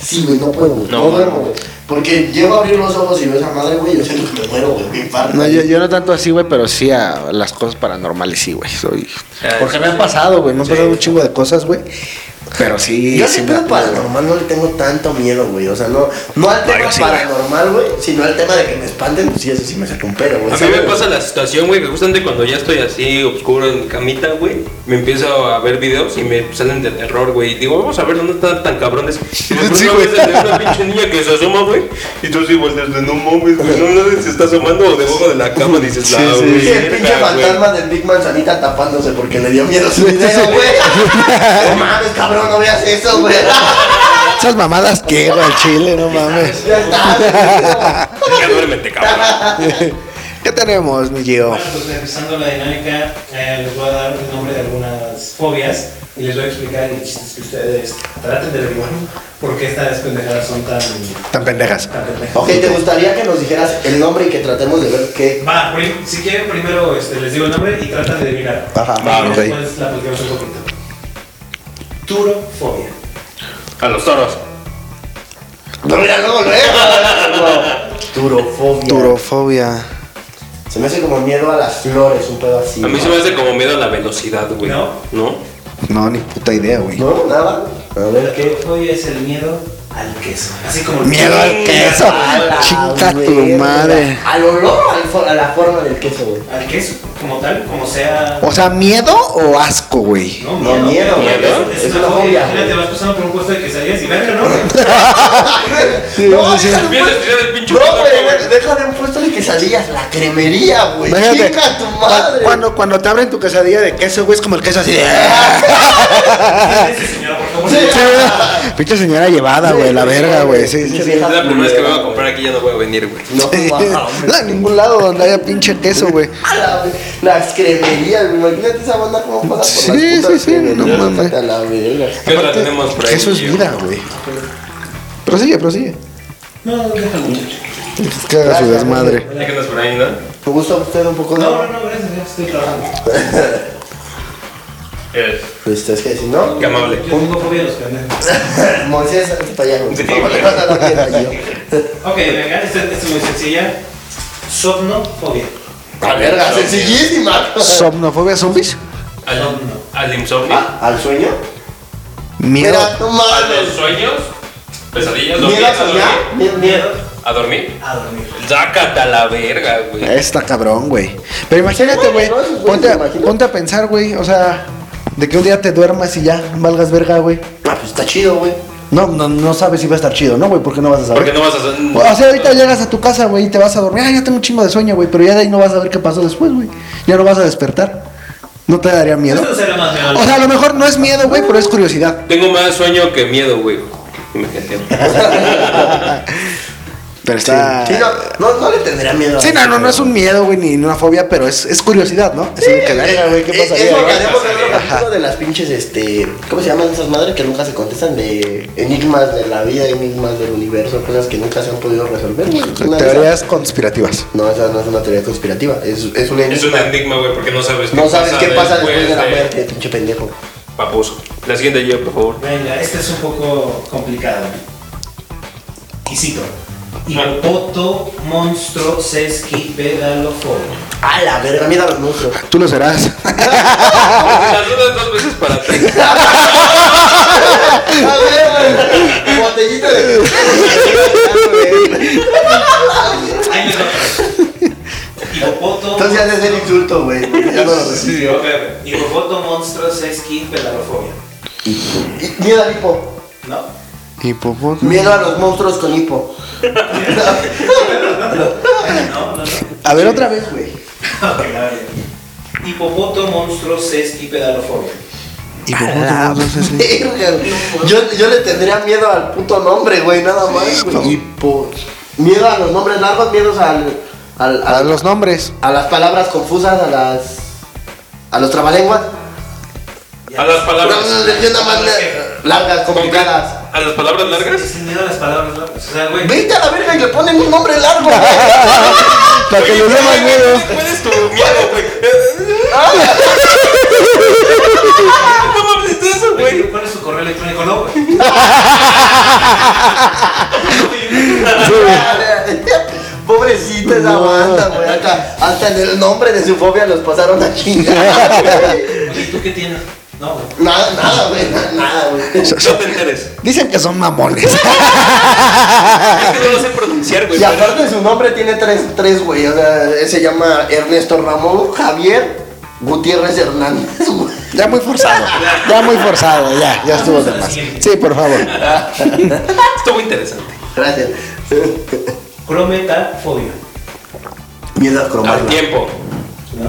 Speaker 2: Sí, güey, no puedo, güey.
Speaker 3: No,
Speaker 2: No,
Speaker 3: no.
Speaker 2: duermo, güey. Porque llego a abrir los ojos y veo esa madre, güey, yo siento que me muero, güey, me infarto.
Speaker 1: No, yo, yo no tanto así, güey, pero sí a las cosas paranormales, sí, güey. Soy...
Speaker 3: Ah,
Speaker 1: Porque
Speaker 3: sí,
Speaker 1: me han
Speaker 3: sí.
Speaker 1: pasado, güey. Me han
Speaker 3: Sí.
Speaker 1: pasado un chingo de cosas, güey. Pero sí.
Speaker 2: Yo
Speaker 1: sí
Speaker 2: al
Speaker 1: me
Speaker 2: tema
Speaker 1: da miedo.
Speaker 2: paranormal no le tengo tanto miedo, güey. O sea, no, no al tema
Speaker 1: No, yo sí, güey.
Speaker 2: paranormal, güey, sino al tema de que me espanten. Pues sí, eso sí me saca un pedo, güey.
Speaker 3: A mí
Speaker 2: ¿sabes?
Speaker 3: me pasa la situación, güey, que justamente cuando ya estoy así oscuro en mi camita, güey, me empiezo a ver videos y me salen de terror, güey. Y digo, vamos a ver dónde están tan cabrones. Y me
Speaker 1: Sí,
Speaker 3: sí,
Speaker 1: güey.
Speaker 3: güey. una pinche niña que se asoma, güey. Y tú así volteas de no mames, güey. No sabes si está asomando o debajo de la cama. Dices, la
Speaker 1: Sí, sí.
Speaker 3: Ah, güey,
Speaker 2: Sí, el pinche
Speaker 3: verga, güey".
Speaker 2: fantasma del Big Manzanita tapándose porque le dio miedo su video, güey. No mames, cabrón, no veas eso, güey.
Speaker 1: Esas mamadas que, güey, al chile, no mames.
Speaker 2: Ya está.
Speaker 3: Ya duérmete, cabrón.
Speaker 1: ¿Qué tenemos, mi Gio?
Speaker 5: Bueno, pues empezando la dinámica, eh, les voy a dar el nombre de algunas fobias. y les voy a explicar en chistes que ustedes traten de averiguar por qué estas pendejadas son tan,
Speaker 1: Tan pendejas.
Speaker 5: tan pendejas.
Speaker 2: Ok, ¿te gustaría que nos dijeras el nombre y que tratemos de ver qué?
Speaker 5: Va, prim- si quieren primero este, les digo el nombre y tratan de adivinar.
Speaker 1: Ajá,
Speaker 5: Y
Speaker 1: ok.
Speaker 5: Después la platicamos un poquito. Turofobia.
Speaker 3: A los toros.
Speaker 2: No, mira, no, no. Turofobia.
Speaker 1: Turofobia.
Speaker 2: Se me hace como miedo a las flores, un pedo así.
Speaker 3: A mí
Speaker 2: ¿no?
Speaker 3: se me hace como miedo a la velocidad, güey.
Speaker 5: ¿No?
Speaker 3: ¿No?
Speaker 1: No, ni puta idea, güey.
Speaker 2: No, nada. A ver qué.
Speaker 5: Turofobia es el miedo al queso. Así como el
Speaker 1: Miedo al queso.
Speaker 2: A la
Speaker 1: Chinga tu
Speaker 2: verga.
Speaker 1: madre.
Speaker 2: Al olor, al fo- a la forma del queso, güey.
Speaker 5: Al queso, como tal, como sea.
Speaker 1: O sea, miedo o asco, güey.
Speaker 5: No,
Speaker 2: No, miedo,
Speaker 5: miedo,
Speaker 2: miedo.
Speaker 5: Es,
Speaker 2: Es
Speaker 5: una
Speaker 2: una
Speaker 5: fobia.
Speaker 2: fobia.
Speaker 5: Imagínate, vas pasando por un puesto de quesadillas y verga, ¿no?
Speaker 1: Sí, sí, sí.
Speaker 3: Empiezas a tirar el pinche
Speaker 2: Pues, No,
Speaker 3: pito,
Speaker 2: güey,
Speaker 3: güey.
Speaker 2: deja de un puesto de quesadillas, la cremería, güey.
Speaker 1: Imagínate,
Speaker 2: Chinga tu
Speaker 1: cu-
Speaker 2: madre.
Speaker 1: Cuando, cuando te abren tu quesadilla de queso, güey, es como el queso así de. "Ah,
Speaker 5: Ese señora, por favor.
Speaker 2: Sí.
Speaker 1: Pinche señora llevada, güey, la verga, güey. Sí, sí,
Speaker 2: Pinche
Speaker 1: sí.
Speaker 2: vieja
Speaker 3: Es la primera vez que me voy a comprar aquí, ya no voy a venir, güey.
Speaker 2: No,
Speaker 1: No, en ningún lado donde haya pinche queso, güey.
Speaker 2: A la ve- Las cremerías, güey. imagínate esa banda como pasa por
Speaker 1: Sí,
Speaker 2: las putas
Speaker 1: sí, sí,
Speaker 2: cremerías,
Speaker 1: no mames.
Speaker 2: vete A la verga.
Speaker 3: ¿Qué otra
Speaker 1: Aparte,
Speaker 3: tenemos por ahí?
Speaker 1: Eso es
Speaker 3: tío?
Speaker 1: vida, güey. Prosigue, prosigue.
Speaker 5: No, déjalo.
Speaker 1: Que haga su
Speaker 2: Gracias,
Speaker 1: desmadre.
Speaker 3: ¿Ya que nos por ahí, no?
Speaker 2: ¿Te gusta usted un poco de
Speaker 5: No, no, no, gracias, ya estoy trabajando.
Speaker 3: Es.
Speaker 2: Pues es que si no,
Speaker 3: Qué amable.
Speaker 5: Yo tengo fobia a los pendejos.
Speaker 2: Moisés está allá. güey.
Speaker 3: Sí,
Speaker 2: No,
Speaker 3: güey.
Speaker 2: le vas a dar miedo a yo.
Speaker 5: Ok, venga, esta esta es muy sencilla. Somnofobia.
Speaker 2: A verga, sencillísima.
Speaker 1: ¿Somnofobia zombies? Ah,
Speaker 3: Al,
Speaker 5: Somno.
Speaker 3: al insomnio.
Speaker 2: Ah, ¿Al sueño?
Speaker 1: Miedo.
Speaker 2: Mira, no
Speaker 3: A los
Speaker 2: mames.
Speaker 3: sueños. Pesadillas.
Speaker 2: ¿Miedo a
Speaker 3: ¿dormías a dormir?
Speaker 2: soñar? Miedo. miedo.
Speaker 3: ¿A dormir?
Speaker 5: A dormir.
Speaker 3: Sácate a la verga, güey.
Speaker 1: Está cabrón, güey. Pero imagínate, güey.
Speaker 2: No, esos güeyes
Speaker 1: Ponte,
Speaker 2: se
Speaker 1: a-
Speaker 2: imaginan.
Speaker 1: ponte a pensar, güey. O sea, de que un día te duermas y ya valgas verga, güey.
Speaker 2: Ah, pues está chido, güey.
Speaker 1: No, no, no sabes si va a estar chido, ¿no, güey? Porque no vas a saber.
Speaker 3: Porque no vas a hacer.
Speaker 1: O sea, ahorita llegas a tu casa, güey, y te vas a dormir. Ah, ya tengo un chingo de sueño, güey. Pero ya de ahí no vas a ver qué pasó después, güey. Ya no vas a despertar. ¿No te daría miedo?
Speaker 5: Esto será más
Speaker 1: O sea, a lo mejor no es miedo, güey, pero es curiosidad.
Speaker 3: Tengo más sueño que miedo, güey. Imagínate.
Speaker 1: Pero está.
Speaker 2: Sí, no, no, no le tendría miedo. a
Speaker 1: Sí, no,
Speaker 2: eso,
Speaker 1: no, no
Speaker 2: pero-
Speaker 1: es un miedo, güey, ni una fobia, pero es, es curiosidad, ¿no? Es un que verga, güey, ¿qué
Speaker 2: Eh,
Speaker 1: pasaría?
Speaker 2: Es lo que
Speaker 1: güey?
Speaker 2: haremos en otro
Speaker 1: Ajá.
Speaker 2: capítulo de las pinches, este. ¿Cómo se llaman esas madres que nunca se contestan? De enigmas de la vida, enigmas del universo, cosas que nunca se han podido resolver, güey. Es una de esas-
Speaker 1: Teorías conspirativas.
Speaker 2: No, esa no es una teoría conspirativa. Es, es un enigma.
Speaker 3: Es un enigma, güey, porque no sabes
Speaker 2: No sabes qué pasa después de la muerte, pinche pendejo.
Speaker 3: Paposo. La siguiente yo, por favor.
Speaker 5: Venga, esta es un poco complicada. Y cito. Hipopoto monstruo sesqui pedalofobia.
Speaker 2: A la verga, mira los monstruos.
Speaker 1: Tú lo serás.
Speaker 3: Las dudas dos veces para ti.
Speaker 2: A ver, botellita de.
Speaker 5: Ahí les va. Hipopoto.
Speaker 2: Entonces ya es el insulto, güey. porque Ya no lo recibí.
Speaker 5: Sí, ok, ok. Hipopoto monstruo sesqui pedalofobia.
Speaker 2: Y- Miedo al hipo.
Speaker 5: ¿No?
Speaker 1: Hipopoto.
Speaker 2: Miedo a los monstruos con hipo.
Speaker 5: No, no, no.
Speaker 1: A ver otra vez, güey.
Speaker 5: Ok, la verdad. Hipopoto monstruo sesqui pedalofobia.
Speaker 1: Hipopoto. no sé si-
Speaker 2: Verga, güey. Yo, yo le tendría miedo al puto nombre, güey, nada más, güey. Hipo. Miedo a los nombres largos, miedos al, al,
Speaker 1: A
Speaker 2: al-
Speaker 1: los nombres.
Speaker 2: a las palabras confusas, a las. a los trabalenguas.
Speaker 3: A las palabras.
Speaker 2: Yo nada más le- largas, complicadas.
Speaker 3: ¿A las palabras largas?
Speaker 5: Es el miedo a las palabras largas. O sea, güey.
Speaker 2: Vete a la verga y le ponen un nombre largo, güey.
Speaker 1: La que le dé más miedo.
Speaker 3: ¿Cuál es tu miedo, güey? ¿Cómo hables de eso, güey?
Speaker 5: ¿Cuál es su correo electrónico? No, güey.
Speaker 2: Pobrecita esa banda, güey. Hasta, hasta en el nombre de su fobia los pasaron a chingar. güey.
Speaker 5: Oye, ¿tú qué tienes? No, güey.
Speaker 2: Nada, nada, güey. na- Nada, güey.
Speaker 3: No te enteres.
Speaker 1: Dicen que son mamones.
Speaker 3: Es que no lo sé pronunciar, güey.
Speaker 2: Y
Speaker 3: pero-
Speaker 2: aparte su nombre tiene tres, tres, güey. O sea, eh, se llama Ernesto Ramón Javier Gutiérrez Hernández, güey.
Speaker 1: Ya muy forzado. Ya muy forzado, ya. Ya estuvo de más. Sí, por favor.
Speaker 3: Estuvo interesante.
Speaker 2: Gracias.
Speaker 5: Crometafobia.
Speaker 2: Miedo a
Speaker 3: Al
Speaker 2: cromarla.
Speaker 3: tiempo.
Speaker 5: ¿No?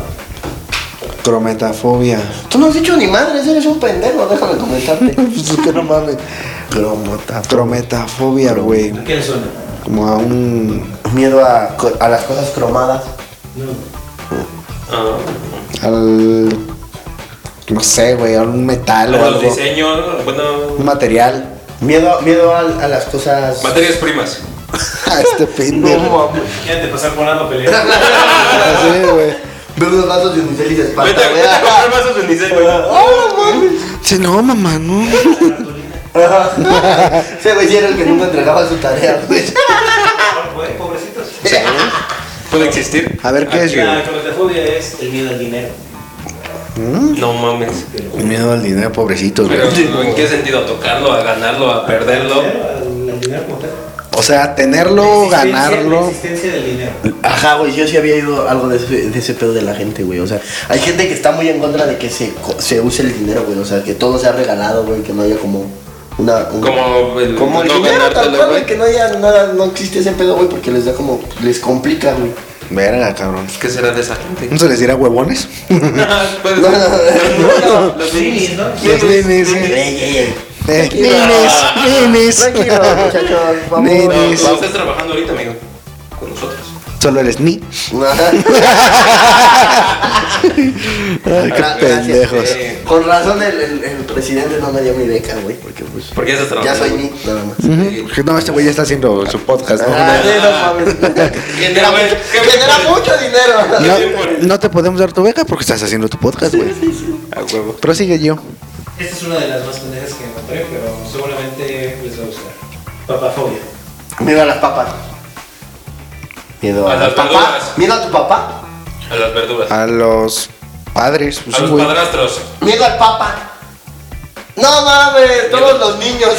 Speaker 1: Crometafobia.
Speaker 2: Tú no has dicho ni madres, eres un pendejo, déjame comentarte.
Speaker 1: Pues es que no mames.
Speaker 2: Cromota.
Speaker 1: Crometafobia, güey.
Speaker 5: ¿A qué le suena?
Speaker 1: Como a un.
Speaker 2: Miedo a, co- a las cosas cromadas.
Speaker 5: No.
Speaker 3: Ah.
Speaker 1: al. no sé, güey, un metal o
Speaker 3: Los
Speaker 1: algo.
Speaker 3: diseños, bueno,
Speaker 1: Un material.
Speaker 2: Miedo, miedo a, a las cosas.
Speaker 3: materias primas.
Speaker 1: A este pendejo.
Speaker 5: Quédate pasar por una papelera.
Speaker 1: Así, güey.
Speaker 2: Veo unos vasos de unicel y se espanta,
Speaker 3: Vete, vete a
Speaker 2: güey.
Speaker 3: comprar vasos de unicel, güey.
Speaker 1: Dice, no, mamá, no.
Speaker 2: Ajá. Ese güey sí era el que nunca entregaba su tarea, güey.
Speaker 5: Güey, Pobrecitos.
Speaker 3: Puede existir. Ah,
Speaker 1: A ver, ¿qué es, güey?
Speaker 5: La colotefobia es el miedo al dinero.
Speaker 3: No mames.
Speaker 1: Miedo al dinero, pobrecitos, güey.
Speaker 3: Pero, ¿en qué sentido? ¿A tocarlo? ¿A ganarlo? ¿A perderlo?
Speaker 5: Al al dinero como tal.
Speaker 1: O sea, tenerlo,
Speaker 5: La existencia- La
Speaker 1: ganarlo.
Speaker 5: existencia del dinero.
Speaker 2: Ajá, güey, yo sí había ido algo de ese, de ese pedo de la gente, güey. O sea, hay gente que está muy en contra de que se, co- se use el dinero, güey. O sea, que todo sea regalado, güey, que no haya como una... un-
Speaker 3: Como el-
Speaker 2: como el
Speaker 3: no
Speaker 2: dinero tal
Speaker 3: ganártelo,
Speaker 2: cual,
Speaker 3: güey.
Speaker 2: güey, que no haya nada, no existe ese pedo, güey, porque les da como... les complica, güey.
Speaker 1: Verga, cabrón.
Speaker 3: ¿Qué será de esa gente?
Speaker 1: ¿No se les dirá huevones?
Speaker 3: Pues,
Speaker 2: No, no, no,
Speaker 3: los ninis, ¿no?
Speaker 1: Los nenes, eh.
Speaker 2: Ey, ey, ey.
Speaker 1: Eh,
Speaker 2: Tranquilo.
Speaker 1: Nenes,
Speaker 2: Tranquilo,
Speaker 1: nenes.
Speaker 2: muchachos,
Speaker 3: No,
Speaker 1: Nene.
Speaker 2: vamos.
Speaker 1: Nenis.
Speaker 3: no, estás trabajando ahorita, amigo. Con nosotros.
Speaker 1: Solo eres ni. Ay, qué
Speaker 2: Gra- gracias,
Speaker 1: pendejos.
Speaker 2: eh, Con razón el, el- el presidente no me dio mi beca, güey, porque pues...
Speaker 3: Porque ya estás
Speaker 2: Ya
Speaker 3: trabajando.
Speaker 2: soy ni, nada más.
Speaker 3: Eh,
Speaker 1: Que No, este güey ya está haciendo su podcast, ¿no?
Speaker 2: Ah, sí, no mames. Genera
Speaker 3: güey,
Speaker 2: mucho-
Speaker 3: qué
Speaker 2: genera
Speaker 3: güey.
Speaker 2: mucho dinero.
Speaker 1: No, no te podemos dar tu beca porque estás haciendo tu podcast, güey.
Speaker 3: A huevo.
Speaker 1: Pero sigue yo.
Speaker 5: Esta es una de las más pendejas que encontré, pero seguramente les va a gustar. Papafobia.
Speaker 2: Miedo a las papas. Miedo
Speaker 3: A
Speaker 2: a,
Speaker 3: las
Speaker 2: las papas.
Speaker 3: verduras.
Speaker 2: Miedo a tu papá.
Speaker 3: A las verduras.
Speaker 1: A los padres, Ah, pues,
Speaker 3: A los
Speaker 1: güey.
Speaker 3: padrastros.
Speaker 2: Miedo al papa. No mames, todos los niños.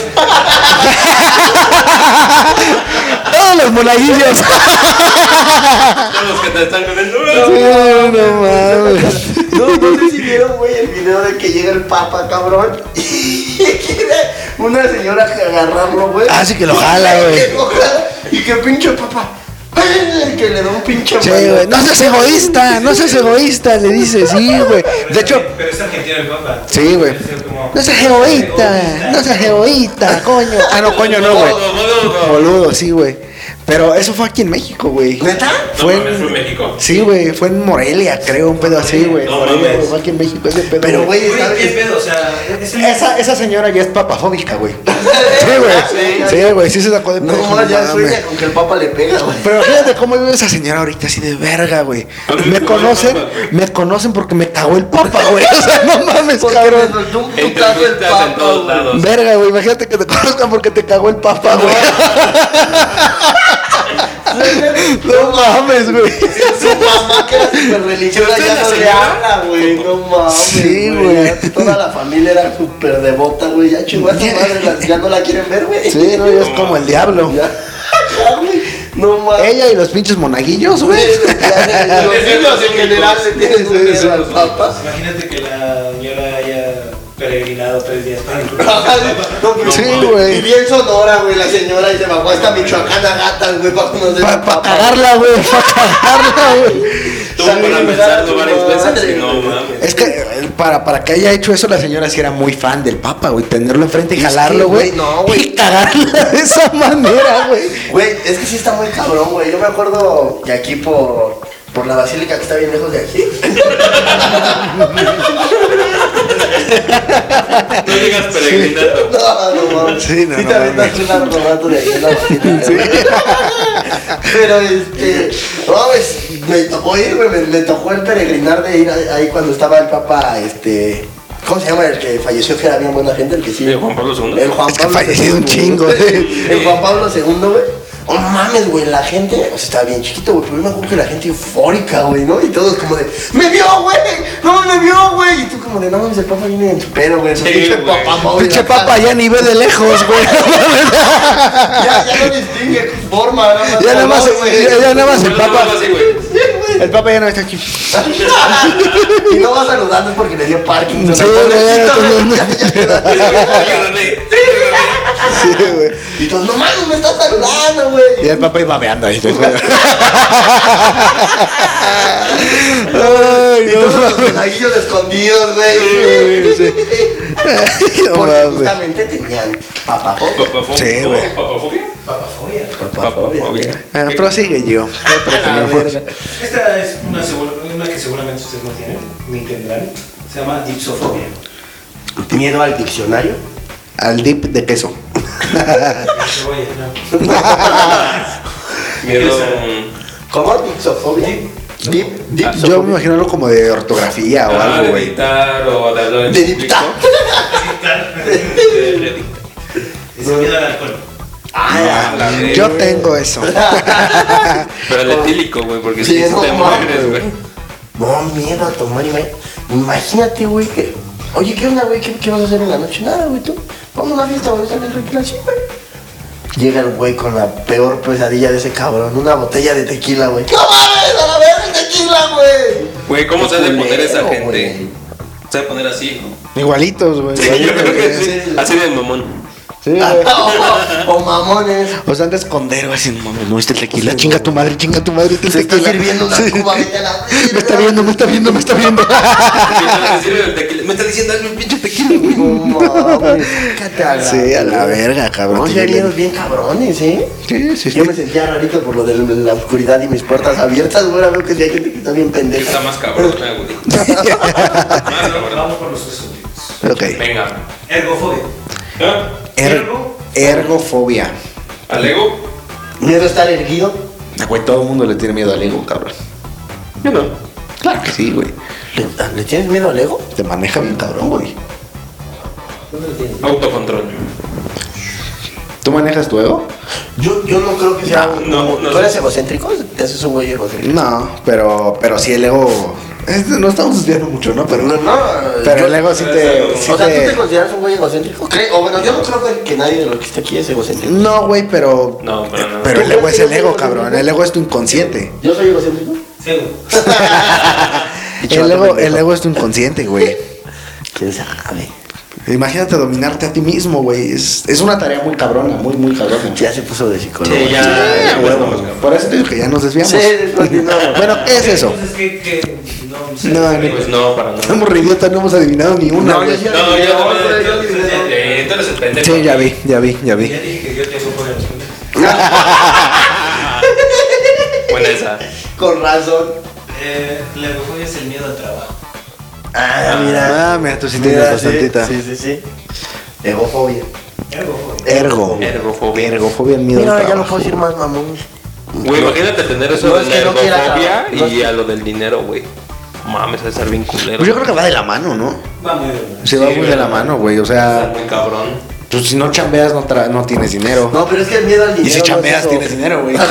Speaker 1: ¡Todos ¡Ah, los monaguillos!
Speaker 3: A los que te están comiendo.
Speaker 1: No, no mames.
Speaker 2: No, no sé si vieron, güey, el video de que llega el papa, cabrón. Y quiere una señora que agarrarlo, güey.
Speaker 1: Ah, sí, que lo jala, güey.
Speaker 2: Que lo jala, Y que pinche papá. ay, Que le da un pinche
Speaker 1: Sí,
Speaker 2: mano.
Speaker 1: güey. No seas egoísta, no seas egoísta, le dice, sí, güey.
Speaker 5: Pero
Speaker 1: De
Speaker 5: es-
Speaker 1: hecho,
Speaker 5: Pero es argentino el papa.
Speaker 1: sí, güey.
Speaker 5: Debe ser como-
Speaker 1: No seas egoísta, no seas egoísta, coño. Ah, no, coño, no, güey. Boludo, sí, güey. Pero eso fue aquí en México, güey.
Speaker 2: ¿Neta?
Speaker 1: Fue
Speaker 3: No mames, fue en México.
Speaker 1: Sí, güey, fue en Morelia, creo, un pedo así, güey.
Speaker 3: No
Speaker 1: Morelia,
Speaker 3: mames.
Speaker 1: güey, fue aquí en México ese pedo.
Speaker 2: Pero, güey,
Speaker 5: Güey,
Speaker 2: está-
Speaker 5: ¿qué pedo? O sea, es el-
Speaker 1: Esa, esa señora ya es papafóbica, güey. Sí, güey. Sí, güey, sí se sacó de
Speaker 2: No,
Speaker 1: pedo,
Speaker 2: ma, ya
Speaker 1: mames.
Speaker 2: sueña con que el papa le pega, güey.
Speaker 1: Pero fíjate cómo vive esa señora ahorita así de verga, güey.
Speaker 3: A ver,
Speaker 1: Me
Speaker 3: no
Speaker 1: conocen,
Speaker 3: mames, güey.
Speaker 1: me conocen porque me cagó el papa, güey. O sea, no mames, cabrón.
Speaker 2: soltó un putazo el
Speaker 3: Entrevistas en
Speaker 2: papa,
Speaker 3: todos
Speaker 2: güey.
Speaker 3: lados.
Speaker 1: Verga, güey, imagínate que te conozcan porque te cagó el papa, güey. No mames, güey.
Speaker 2: Su mamá que era súper religiosa
Speaker 3: ¿Usted es la
Speaker 2: ya no le
Speaker 3: señora?
Speaker 2: habla, güey. No mames.
Speaker 1: Sí, güey.
Speaker 2: Toda la familia era súper devota, güey. Ya chingó a su madre, la- ya no la quieren ver, güey.
Speaker 1: Sí, no, es como el diablo.
Speaker 2: Ya, ya, güey. No mames.
Speaker 1: Ella y los pinches monaguillos, güey.
Speaker 2: Ya, Los niños en general le tienen un
Speaker 1: Sí, sí,
Speaker 2: miedo al papa.
Speaker 5: Imagínate que la señora haya peregrinado tres días para
Speaker 2: No, pero-
Speaker 1: Sí, güey.
Speaker 2: Y bien sonora, güey, la señora y se bajó hasta Michoacán a gatas, güey, para conocer al
Speaker 1: Para
Speaker 2: papa.
Speaker 1: cagarla, güey. Para cagarla, güey.
Speaker 3: Tuvo para pensarlo varias veces y no mames.
Speaker 1: Es que eh, para, para que haya hecho eso, la señora sí era muy fan del Papa, güey. Tenerlo enfrente y
Speaker 2: Es que,
Speaker 1: jalarlo, güey.
Speaker 2: güey, no, güey.
Speaker 1: Y cagarla de esa manera, güey.
Speaker 2: Güey, es que sí está muy cabrón, güey. Yo me acuerdo que aquí por, por la basílica que está bien lejos de aquí.
Speaker 3: No digas peregrinando.
Speaker 2: No, no mames.
Speaker 1: Sí, no,
Speaker 2: sí
Speaker 1: no
Speaker 2: te
Speaker 1: mames.
Speaker 2: aventas un arrobato de aquí en la basílica. güey. Pero este. No, pues me tocó ir, güey. Me, me tocó el peregrinar de ir a- ahí cuando estaba el papa, este. ¿Cómo se llama? El que falleció, que era bien buena gente, el que sí.
Speaker 3: ¿El Juan Pablo II?
Speaker 2: El Juan
Speaker 1: Es que
Speaker 2: Pablo
Speaker 1: falleció
Speaker 2: II,
Speaker 1: un chingo, eh.
Speaker 2: güey.
Speaker 1: güey.
Speaker 2: El Juan Pablo II, güey. Oh mames, güey, la gente, o sea, estaba bien chiquito, güey, pero yo me acuerdo que la gente eufórica, güey, ¿no? Y todos como de, ¡me vio, güey! ¡No, me vio, güey! Y tú como de, no mames, el papa viene en su pelo, güey.
Speaker 3: Sí,
Speaker 2: Pinche
Speaker 3: güey.
Speaker 2: papá, móvil
Speaker 1: Pinche
Speaker 2: acá.
Speaker 1: Papa ya ni ve de lejos, güey.
Speaker 2: Ya, ya no distingue tu forma, nada más.
Speaker 1: Ya nada más,
Speaker 2: color, güey.
Speaker 1: ya, ya nada más el
Speaker 3: Pero no
Speaker 1: Papa.
Speaker 3: lo hago así, güey.
Speaker 1: El Papa ya no está aquí.
Speaker 2: Y no va saludando es porque le dio Parkinson.
Speaker 1: Sí, güey, ya,
Speaker 3: Ayúdame.
Speaker 1: Sí, güey.
Speaker 2: Y todos, no mames, me estás saludando, güey.
Speaker 1: Y el Papa iba babeando ahí. güey. Ay,
Speaker 2: Y
Speaker 1: no
Speaker 2: todos los
Speaker 1: mames.
Speaker 2: monaguillos escondidos, güey.
Speaker 1: Sí, sí. No
Speaker 2: Porque
Speaker 1: mames.
Speaker 2: justamente tenían papá.
Speaker 3: Papafobia.
Speaker 1: Sí, güey.
Speaker 3: Papafobia.
Speaker 5: Papafobia.
Speaker 3: Papafobia.
Speaker 1: Ah, prosigue yo.
Speaker 2: Ah, verga.
Speaker 5: Esta es una, segura- una que seguramente ustedes no tienen, ni tendrán. Se llama dipsofobia.
Speaker 2: Miedo al diccionario.
Speaker 1: Al dip de queso.
Speaker 5: Cebolla, no.
Speaker 3: Miedo.
Speaker 2: ¿Cómo dixofobia?
Speaker 1: Dip, dip, yo me imagino algo como de ortografía o
Speaker 3: Ah,
Speaker 1: algo,
Speaker 3: de
Speaker 1: güey.
Speaker 3: dictar o de hablar en
Speaker 2: De
Speaker 3: público.
Speaker 2: dictar.
Speaker 3: De- de dictar.
Speaker 5: Es miedo al alcohol.
Speaker 3: Ah, la verga.
Speaker 1: Yo tengo eso.
Speaker 3: Pero el etílico, güey, porque si
Speaker 2: Sí,
Speaker 3: te
Speaker 2: no
Speaker 3: mueres,
Speaker 2: mames,
Speaker 3: güey.
Speaker 2: No, miedo a tomar, ima- imagínate, güey, que... Oye, ¿qué onda, güey? ¿Qué, qué vas a hacer en la noche? Nada, güey, tú. Vamos a una fiesta, vamos a estar tranquila, sí, güey. Llega el güey con la peor pesadilla de ese cabrón, una botella de tequila, güey. ¡No mames, a la verga, tequila, güey!
Speaker 3: Güey, ¿cómo
Speaker 2: Qué
Speaker 3: se ha de poner
Speaker 2: culero,
Speaker 3: esa gente?
Speaker 2: güey.
Speaker 3: Se ha de poner así.
Speaker 1: Igualitos, güey.
Speaker 3: Yo
Speaker 1: igualitos,
Speaker 3: creo que
Speaker 1: güey.
Speaker 3: sí. Así de mamón.
Speaker 1: Sí, güey.
Speaker 2: o, o mamones.
Speaker 1: O sea, anda a esconder, güey, así, no mames, no viste el tequila. Chinga tu madre, chinga tu madre.
Speaker 2: Se está sirviendo una cuba, vete a la
Speaker 1: Me está viendo, me está viendo, me está viendo.
Speaker 3: Te sirve el tequila. Me está diciendo, hazme un pinche tequila, güey.
Speaker 2: No mames, fíjate a la-
Speaker 1: Sí, a la verga, cabrón.
Speaker 2: No, ya vieron bien cabrones, ¿eh?
Speaker 1: Sí, sí, sí.
Speaker 2: Yo me sentía rarito por lo de la oscuridad y mis puertas abiertas, güey, veo que sí hay gente que está bien
Speaker 3: Está
Speaker 2: pendeja.
Speaker 3: más cabrona, güey. Más cabrona.
Speaker 5: Vamos por los sustitutos.
Speaker 1: Ok.
Speaker 3: Venga.
Speaker 5: Ergofobia.
Speaker 3: ¿Ah?
Speaker 1: Er- ergofobia.
Speaker 3: ¿Al ego?
Speaker 2: Miedo a estar erguido.
Speaker 1: Ah, Güey, todo el mundo le tiene miedo al ego, cabrón.
Speaker 3: Yo no.
Speaker 1: Claro que sí, güey.
Speaker 2: ¿Le, le tienes miedo al ego?
Speaker 1: Te maneja bien, cabrón, güey.
Speaker 3: Autocontrol.
Speaker 1: ¿Tú manejas tu ego?
Speaker 2: Yo, yo no creo que sea un...
Speaker 3: No, no
Speaker 2: ¿Tú
Speaker 3: sé.
Speaker 2: eres egocéntrico? ¿Te haces un güey egocéntrico?
Speaker 1: No, pero, pero sí el ego. es- no estamos estudiando mucho, ¿no? Pero,
Speaker 2: No, no.
Speaker 1: pero
Speaker 2: yo-
Speaker 1: el ego sí te.
Speaker 3: O
Speaker 1: sí
Speaker 2: o sea, ¿tú
Speaker 1: te-
Speaker 2: te consideras un güey egocéntrico? Cre- O bueno, yo no creo que, que nadie de los que está aquí es egocéntrico.
Speaker 1: No, güey, pero.
Speaker 3: No, pero no.
Speaker 1: Pero el ego es el ego, cabrón. El ego es tu inconsciente.
Speaker 2: ¿Yo soy egocéntrico?
Speaker 5: Cego.
Speaker 1: El ego, el ego es tu inconsciente, güey.
Speaker 2: ¿Quién sabe?
Speaker 1: Imagínate dominarte a ti mismo, güey. Es, es una tarea muy cabrona, muy, muy cabrona.
Speaker 2: Ya se puso de psicólogo.
Speaker 3: Sí, ya, ya,
Speaker 2: huevo.
Speaker 3: estamos cabrón.
Speaker 1: Por eso te digo que ya nos desviamos.
Speaker 2: Sí, continuamos.
Speaker 1: bueno, ¿qué es eso?
Speaker 5: Entonces, ¿qué? qué? No, sé.
Speaker 1: No, ni-
Speaker 3: Pues no, para nada.
Speaker 1: Estamos re idiotas, no hemos adivinado ni una,
Speaker 2: No,
Speaker 1: güey.
Speaker 2: yo-
Speaker 3: No, yo
Speaker 2: No,
Speaker 3: no.
Speaker 2: yo- yo-
Speaker 3: eh, Tú eres el pendejo.
Speaker 1: Sí, ya vi, ya vi, ya vi.
Speaker 5: Ya dije que yo tengo fobia a los pendejos.
Speaker 3: Buena esa.
Speaker 2: Con razón.
Speaker 5: Eh, la ergofobia es el miedo al trabajo.
Speaker 2: Ah,
Speaker 1: Ah, mira, tú sí tienes bastantita.
Speaker 2: Sí, sí, sí. Egofobia.
Speaker 5: Ergofobia.
Speaker 1: Ergo.
Speaker 3: Ergofobia.
Speaker 1: Ergofobia en miedo al
Speaker 2: Mira, ya no
Speaker 1: trabajo.
Speaker 2: puedo decir más, mamón.
Speaker 3: Güey, imagínate tener eso
Speaker 2: No,
Speaker 3: de
Speaker 2: es
Speaker 3: la
Speaker 2: que no quiera
Speaker 3: ergofobia
Speaker 2: acabar. No, es
Speaker 3: y
Speaker 2: que-
Speaker 3: a lo del dinero, güey. Mames, a estar bien culero.
Speaker 1: Pues yo creo que va de la mano, ¿no?
Speaker 5: Va muy bien.
Speaker 1: Se va muy de la mano, güey. O
Speaker 3: Está
Speaker 1: sea,
Speaker 3: muy cabrón.
Speaker 1: pues si no chambeas, no, tra- no tienes dinero.
Speaker 2: No, pero es que el miedo al dinero.
Speaker 1: y si
Speaker 2: no es
Speaker 1: chambeas,
Speaker 2: eso. Ah,
Speaker 1: tienes dinero, güey. no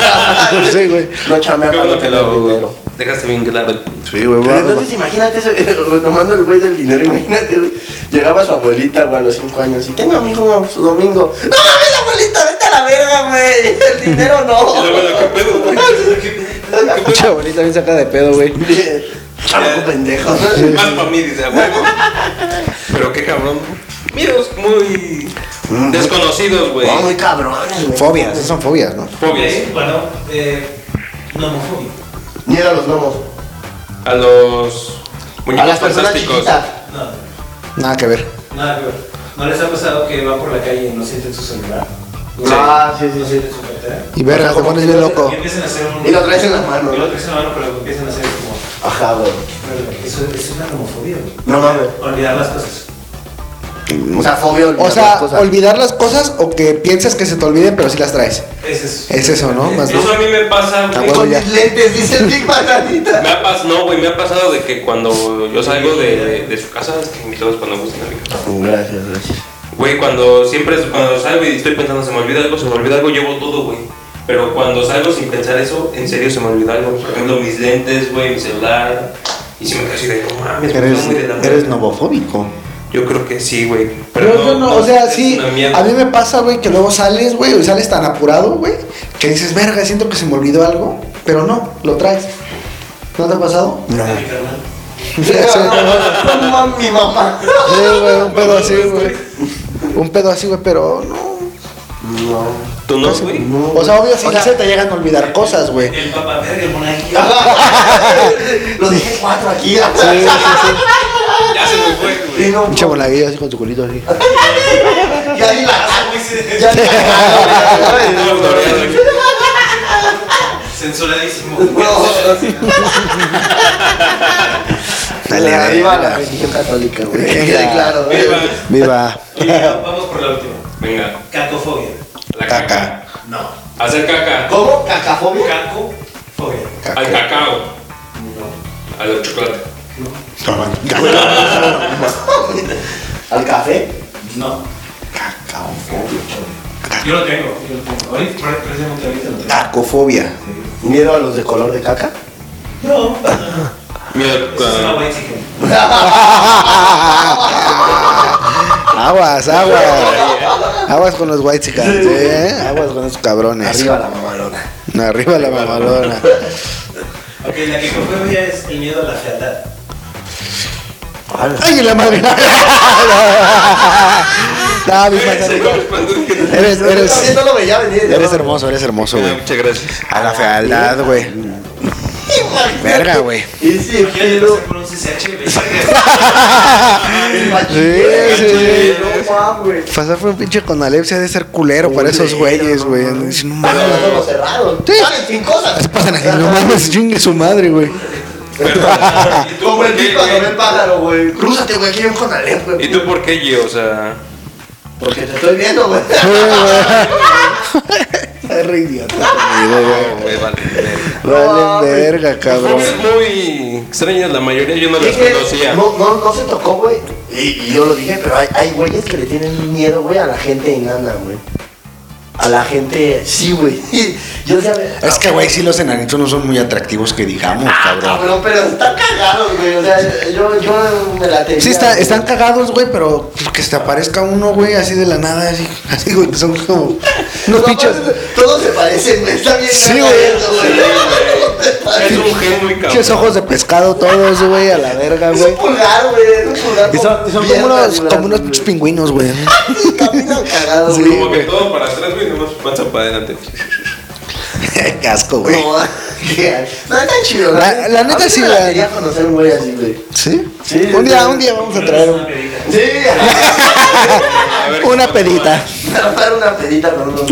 Speaker 1: sé, güey.
Speaker 2: No chambeas
Speaker 3: Qué
Speaker 2: para no
Speaker 3: bueno que
Speaker 2: tener
Speaker 3: lo
Speaker 2: dinero.
Speaker 3: dejaste bien claro el punto.
Speaker 1: Sí, güey.
Speaker 2: Pero
Speaker 1: va-
Speaker 2: entonces imagínate eso, retomando el güey del dinero, imagínate, güey. Llegaba su abuelita, güey, a los 5 años y tengo a mi hijo su domingo. ¡No mames, abuelita, vete a la verga, güey! El dinero
Speaker 3: Y luego,
Speaker 2: no.
Speaker 3: ¿qué pedo, güey?
Speaker 1: va- Pinche abuelita bien saca de pedo, güey.
Speaker 3: Eh,
Speaker 2: Chamaco pendejo.
Speaker 3: Más para mí, dice, a huevo. Pero qué cabrón. Miedos muy
Speaker 2: Mm.
Speaker 3: desconocidos, güey.
Speaker 2: No, muy cabrones, güey.
Speaker 1: Fobias, esas son fobias, ¿no?
Speaker 3: Fobias.
Speaker 5: Ok, Bueno, eh, nomofobia.
Speaker 2: Miedo a los gnomos.
Speaker 3: A los
Speaker 2: A
Speaker 3: muñecos
Speaker 2: las personas
Speaker 3: fantásticos.
Speaker 2: chiquitas.
Speaker 5: Nada,
Speaker 1: Nada que ver.
Speaker 5: nada que ver. ¿No les ha pasado que van por la calle y no sienten su celular?
Speaker 2: Ah, sí, sí,
Speaker 5: No
Speaker 2: sí.
Speaker 5: sienten su cartera.
Speaker 1: Y verga, te
Speaker 2: como
Speaker 1: pones
Speaker 2: que
Speaker 1: bien
Speaker 2: no se-
Speaker 1: loco.
Speaker 5: Y empiezan a hacer un.
Speaker 2: Y lo traes en la mano,
Speaker 5: Y
Speaker 2: ¿no?
Speaker 5: lo traes en la mano, pero empiezan a hacer como.
Speaker 2: Ajá, güey.
Speaker 5: Eso, eso es la nomofobia, güey.
Speaker 2: No mames.
Speaker 5: Olvidar las cosas.
Speaker 2: O sea, fobia olvidar
Speaker 1: O sea,
Speaker 2: las cosas.
Speaker 1: olvidar las cosas o que piensas que se te olviden, pero sí las traes.
Speaker 5: Ese es.
Speaker 1: Es eso, ¿no?
Speaker 2: pues,
Speaker 1: Más bien.
Speaker 3: Eso a mí me pasa,
Speaker 1: Ah,
Speaker 3: güey.
Speaker 1: huevo,
Speaker 2: Con
Speaker 1: ya.
Speaker 2: mis lentes, dice el Big Bananita.
Speaker 3: Me ha pasado, no, güey, me ha pasado de que cuando yo salgo de, de- de su casa, es que invitados cuando gustan a mi casa.
Speaker 2: Gracias, gracias.
Speaker 3: Güey, cuando siempre es- cuando salgo y estoy pensando, se me olvida algo, se me olvida algo, llevo todo, güey. Pero cuando salgo sin pensar eso, en serio se me olvida algo. Por ejemplo, mis lentes, güey, mi celular. Y si me casi de, no mames, güey,
Speaker 1: Eres,
Speaker 3: estoy muy de la
Speaker 1: eres
Speaker 3: verga".
Speaker 1: novofóbico.
Speaker 3: Yo creo que sí, güey.
Speaker 1: Pero yo no, o sea,
Speaker 3: es
Speaker 1: sí,
Speaker 3: una mierda.
Speaker 1: a mí me pasa, güey, que luego sales, güey, y sales tan apurado, güey, que dices, verga, siento que se me olvidó algo, pero no, lo traes. ¿No te ha pasado?
Speaker 5: No.
Speaker 1: Sí, sí,
Speaker 2: No mames, mi mamá.
Speaker 1: güey, un pedo así, güey. Un pedo así, güey, pero no.
Speaker 2: No.
Speaker 3: ¿Tú no, güey?
Speaker 1: O sea, obvio, si
Speaker 2: O sea,
Speaker 1: se te llegan a olvidar cosas, güey. Sí,
Speaker 5: El papá verga, el monaguillo.
Speaker 2: Lo dije cuatro aquí.
Speaker 1: sí, sí.
Speaker 3: Ya se me fue, güey.
Speaker 2: Y no,
Speaker 1: Un chabolaguillo así con su culito así.
Speaker 2: ya di la
Speaker 5: Ah, Güey, se-
Speaker 2: ya di la
Speaker 3: No, no, ya, güey.
Speaker 5: Censuradísimo.
Speaker 2: No.
Speaker 1: Dale, dale,
Speaker 2: Arriba
Speaker 1: dale.
Speaker 2: la religión católica, güey. Que quede claro, güey.
Speaker 5: Viva.
Speaker 1: Viva.
Speaker 5: Oye, vamos por la última.
Speaker 3: Venga,
Speaker 5: Cacofobia.
Speaker 3: la
Speaker 1: Caca.
Speaker 3: caca.
Speaker 5: No.
Speaker 3: Hacer caca.
Speaker 2: ¿Cómo? ¿Cacafobia?
Speaker 5: Cacofobia.
Speaker 3: Al cacao. Al chocolate.
Speaker 2: ¿Al café?
Speaker 5: No. Yo lo tengo. Yo lo tengo. Ahorita, pre- precisamente ahorita lo tengo.
Speaker 1: Cacofobia.
Speaker 2: ¿Miedo a los de color de caca?
Speaker 5: No.
Speaker 3: Miedo
Speaker 5: Es una
Speaker 3: a-
Speaker 5: white chicken.
Speaker 1: Aguas, aguas. Aguas con los white ¿eh? Aguas con esos cabrones.
Speaker 2: Arriba la mamalona.
Speaker 1: Arriba la mamalona.
Speaker 5: Ok, la cacofobia es el miedo a la fealdad.
Speaker 1: ¡Ay, la madre! No, mi pajarito. Eres,
Speaker 2: Yo
Speaker 1: eres,
Speaker 2: no lo veía venir. yo
Speaker 1: eres
Speaker 2: no-
Speaker 1: hermoso, eres hermoso, güey.
Speaker 3: Muchas gracias.
Speaker 1: A la fealdad, güey. Verga, güey.
Speaker 2: Y sí,
Speaker 5: Imagínate
Speaker 2: pero-
Speaker 5: pasar por un CCH, güey.
Speaker 1: Sí, sí, sí.
Speaker 2: No mames, güey.
Speaker 1: Pasar por un pinche con Alepsia de ser culero para esos
Speaker 2: Culero,
Speaker 1: güeyes,
Speaker 2: no
Speaker 1: güey.
Speaker 2: mames.
Speaker 1: Dicen, no
Speaker 2: Ah,
Speaker 1: mames.
Speaker 2: no, no, cerraron.
Speaker 1: Sí.
Speaker 2: Salen sin cosas.
Speaker 1: Se pasan así, no mames, chingue su madre, güey.
Speaker 3: ¿Y tú
Speaker 2: Como
Speaker 3: por
Speaker 2: el
Speaker 3: qué,
Speaker 2: tipo cuando ve
Speaker 3: güey?
Speaker 2: el pájaro, güey. Crúzate, güey, aquí en Conalep, güey.
Speaker 3: ¿Y tú por qué, Gio? O sea,
Speaker 2: Porque te estoy viendo, güey.
Speaker 1: Es re idiota. güey.
Speaker 3: no, güey, vale.
Speaker 1: Valen verga, cabrón.
Speaker 3: Fobias muy extrañas, la mayoría yo no las
Speaker 2: Dije,
Speaker 3: conocía.
Speaker 2: No, no, no se tocó, güey. Y, y yo lo dije, pero hay, hay güeyes que le tienen miedo, güey, a la gente enana, güey. A la gente, sí, güey. Yo decía, "Ah,
Speaker 1: Es que, güey, sí los enanitos no son muy atractivos que digamos, cabrón.
Speaker 2: Cabrón, pero están cagados, güey. O sea, yo, yo me la tenía.
Speaker 1: Sí, está-
Speaker 2: güey.
Speaker 1: están cagados, güey, pero pues, que se te aparezca uno, güey, así de la nada, así, así, güey, que son como unos
Speaker 2: Todos-
Speaker 1: pinches...
Speaker 2: Todos se parecen, güey. Está bien.
Speaker 1: Sí,
Speaker 2: cagado
Speaker 1: güey.
Speaker 2: eso,
Speaker 3: Es un gen muy
Speaker 1: Pinches
Speaker 3: cabrón.
Speaker 1: ojos de pescado todos, güey, a la verga,
Speaker 2: Es un
Speaker 1: güey.
Speaker 2: pulgar, güey. Es un pulgar.
Speaker 1: Y son,
Speaker 2: con
Speaker 1: y son como
Speaker 2: piernas,
Speaker 1: unos,
Speaker 2: güey.
Speaker 1: como unos pinches pingüinos, güey.
Speaker 2: Sí, Caminan cagados,
Speaker 1: Sí,
Speaker 2: güey.
Speaker 3: Como que todo para atrás, güey, nomás panza para adelante.
Speaker 1: Qué asco, güey.
Speaker 2: No, qué- no, está chido.
Speaker 1: La- la
Speaker 2: A
Speaker 1: neta
Speaker 2: mí
Speaker 1: sí,
Speaker 2: me la
Speaker 1: la-
Speaker 2: quería conocer un güey así, güey.
Speaker 1: ¿Sí?
Speaker 2: Sí,
Speaker 1: Un día,
Speaker 2: sí.
Speaker 1: un día vamos a traer
Speaker 5: una
Speaker 1: un-
Speaker 5: pedita.
Speaker 2: Sí,
Speaker 3: A ver,
Speaker 1: una
Speaker 3: ¿cómo
Speaker 1: pedita.
Speaker 2: armar una pedita con unos.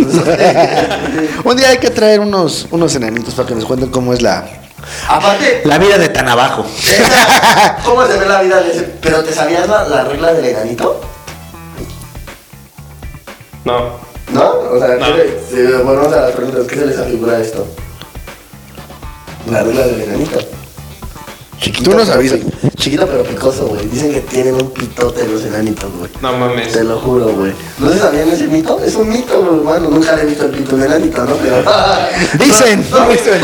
Speaker 1: Un día hay que traer unos, unos enanitos para que nos cuenten cómo es la,
Speaker 2: Aparte,
Speaker 1: la vida de tan abajo.
Speaker 2: ¿cómo se ve la vida de ese? ¿Pero te sabías la, la regla del enanito?
Speaker 3: No.
Speaker 2: ¿No? O sea,
Speaker 3: No.
Speaker 2: ¿qué le- eh, si volvemos a las preguntas, ¿qué se les afigura esto? La regla del enanito. Chiquito,
Speaker 1: Tú nos
Speaker 2: pero
Speaker 1: avisas.
Speaker 2: pi- Chiquito pero picoso, güey. Dicen que tienen un pitote los enanitos, güey.
Speaker 3: No mames.
Speaker 2: Te lo juro, güey. ¿No se sabían ese mito? Es un mito, güey. Bueno, nunca le he visto el pito del enanito, ¿no? Pero...
Speaker 1: Dicen,
Speaker 2: No, no,
Speaker 1: dicen.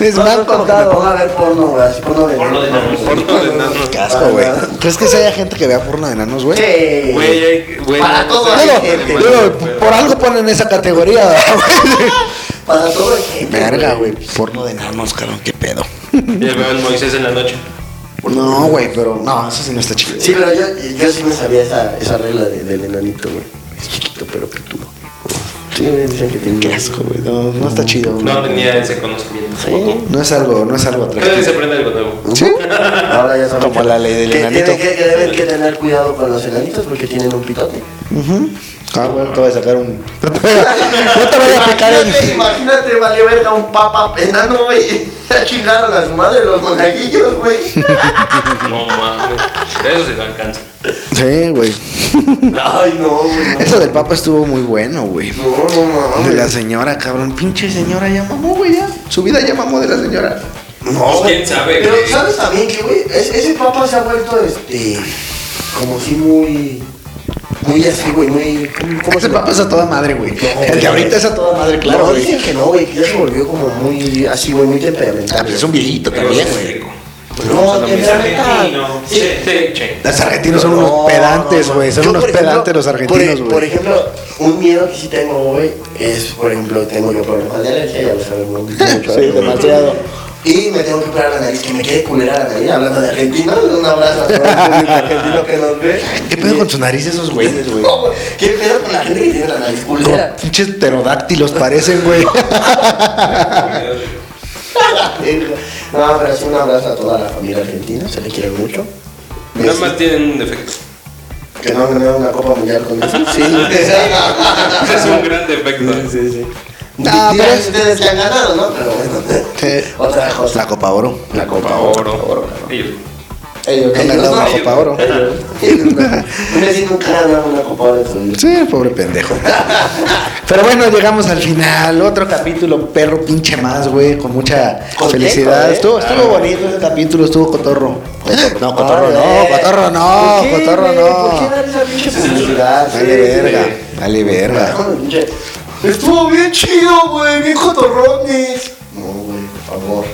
Speaker 1: Es
Speaker 2: no,
Speaker 1: mal
Speaker 2: no, como que me
Speaker 1: contado.
Speaker 2: pongo a ver porno, güey. así, Porno de
Speaker 5: Porno de enanos.
Speaker 3: Porno de enanos.
Speaker 1: Qué asco, güey. ¿Crees que si haya gente que vea porno de enanos, güey?
Speaker 2: Sí.
Speaker 3: Güey, hay- güey,
Speaker 2: Para
Speaker 3: no
Speaker 2: todo eh,
Speaker 3: sé.
Speaker 2: hay
Speaker 1: Luego,
Speaker 2: gente,
Speaker 3: Pero-
Speaker 1: luego, por algo ponen esa categoría. güey.
Speaker 2: Para todo el gente.
Speaker 1: Verga, güey. Porno de enanos, cabrón, qué pedo.
Speaker 3: Ya veo el Moisés en la noche.
Speaker 1: No, güey, pero no, eso sí no está chido.
Speaker 2: Sí, pero yo, yo sí me sabía esa, esa regla de- del enanito, güey. Es chiquito, pero pitudo. Sí, me dicen que tiene.
Speaker 1: Qué asco, güey. No, no está chido. güey.
Speaker 3: No tenía ese conocimiento.
Speaker 2: Sí.
Speaker 1: No es algo, no es algo
Speaker 3: Cada vez
Speaker 1: atractivo.
Speaker 3: se aprende algo nuevo.
Speaker 1: Sí.
Speaker 2: Ahora ya sabemos.
Speaker 1: Como la ley del
Speaker 2: que
Speaker 1: enanito.
Speaker 2: tienen Que, que deben que tener cuidado con los enanitos porque tienen un pitote.
Speaker 1: Ujú. Ah, bueno, te voy a sacar un. No te voy a picar
Speaker 2: Imagínate,
Speaker 1: el.
Speaker 2: imagínate, valió verga un papa enano, güey. Ya chingaron a su madre los monaguillos, güey.
Speaker 3: No mames. Eso se lo alcanza.
Speaker 1: Sí, güey.
Speaker 2: Ay, no, güey.
Speaker 1: Eso del papa estuvo muy bueno, güey.
Speaker 2: No, no, no.
Speaker 1: De
Speaker 2: güey.
Speaker 1: la señora, cabrón. Pinche señora ya mamó, güey. Ya. Su vida ya mamó de la señora.
Speaker 2: No,
Speaker 3: ¿Quién
Speaker 2: güey.
Speaker 3: sabe,
Speaker 2: Pero
Speaker 3: güey?
Speaker 2: sabes también que, güey, Es- ese papa se ha vuelto, este, como si muy, muy así, güey, muy... ¿cómo- cómo
Speaker 1: Ese
Speaker 2: se-
Speaker 1: Pues papa es a toda madre, güey.
Speaker 2: No,
Speaker 1: El de ahorita es a toda madre, claro,
Speaker 2: No,
Speaker 1: güey.
Speaker 2: dicen que no, güey, que ya se volvió como muy, así, güey, muy temperamental.
Speaker 1: Ah, pues Es un viejito
Speaker 3: Pero
Speaker 1: también,
Speaker 3: es
Speaker 1: güey.
Speaker 3: rico.
Speaker 2: No,
Speaker 5: Es
Speaker 2: temperamental.
Speaker 5: argentino.
Speaker 2: Sí.
Speaker 5: Sí.
Speaker 3: Sí, che.
Speaker 1: Los argentinos son
Speaker 2: No,
Speaker 1: unos
Speaker 2: no,
Speaker 1: pedantes,
Speaker 2: no.
Speaker 1: güey. Son
Speaker 2: Yo,
Speaker 1: unos
Speaker 2: por ejemplo,
Speaker 1: pedantes los
Speaker 2: por-
Speaker 1: argentinos,
Speaker 2: Por
Speaker 1: güey.
Speaker 2: ejemplo, un miedo que sí tengo, güey, es, por ejemplo, tengo yo problemas de alergia, ya lo sabemos. mucho,
Speaker 1: Sí,
Speaker 2: ¿eh?
Speaker 1: demasiado.
Speaker 2: Y me tengo que operar la nariz, que me quede culera la nariz, hablando de argentinos, un abrazo a todo el público argentino que nos ve.
Speaker 1: ¿Qué pedo con sus narices esos güeyes, güey?
Speaker 2: No, güey, ¿Qué pedo con la gente que tiene la nariz
Speaker 1: Como
Speaker 2: culera?
Speaker 1: pinches pterodáctilos parecen, güey.
Speaker 2: No, pero sí un abrazo a toda la familia argentina, se le quiere mucho. Este,
Speaker 3: Nada más tienen un defecto.
Speaker 2: Que no gané una Copa Mundial con eso. Sí,
Speaker 3: Ese es un gran defecto.
Speaker 2: sí, sí.
Speaker 1: Ah, pero es-
Speaker 2: ustedes que han ganado, ¿no? Pero bueno.
Speaker 1: Sí.
Speaker 2: Otra cosa.
Speaker 1: La copa oro.
Speaker 2: La
Speaker 3: Por
Speaker 2: Copa
Speaker 3: favor. Ellos.
Speaker 2: Esa Ellos,
Speaker 1: No me han
Speaker 2: ellos,
Speaker 1: dado una
Speaker 2: no,
Speaker 1: copa oro.
Speaker 2: ellos. Ellos, no. Un vecino nunca ha dado una copa oro.
Speaker 1: Sí, pobre pendejo. Pero bueno, llegamos al final. Otro capítulo, perro pinche más, güey. Con mucha
Speaker 2: Contento,
Speaker 1: felicidad.
Speaker 2: ¿eh?
Speaker 1: Estuvo, estuvo bonito ese capítulo, estuvo cotorro. No, cotorro
Speaker 2: eh.
Speaker 1: no, cotorro no, cotorro
Speaker 2: ¿Por qué
Speaker 1: no.
Speaker 2: dar esa pinche publicidad?
Speaker 1: Vale
Speaker 2: Sí, sí,
Speaker 1: verga,
Speaker 2: sí.
Speaker 1: vale verga.
Speaker 2: Estuvo bien chido, güey, bien cotorrones. No, güey, por favor.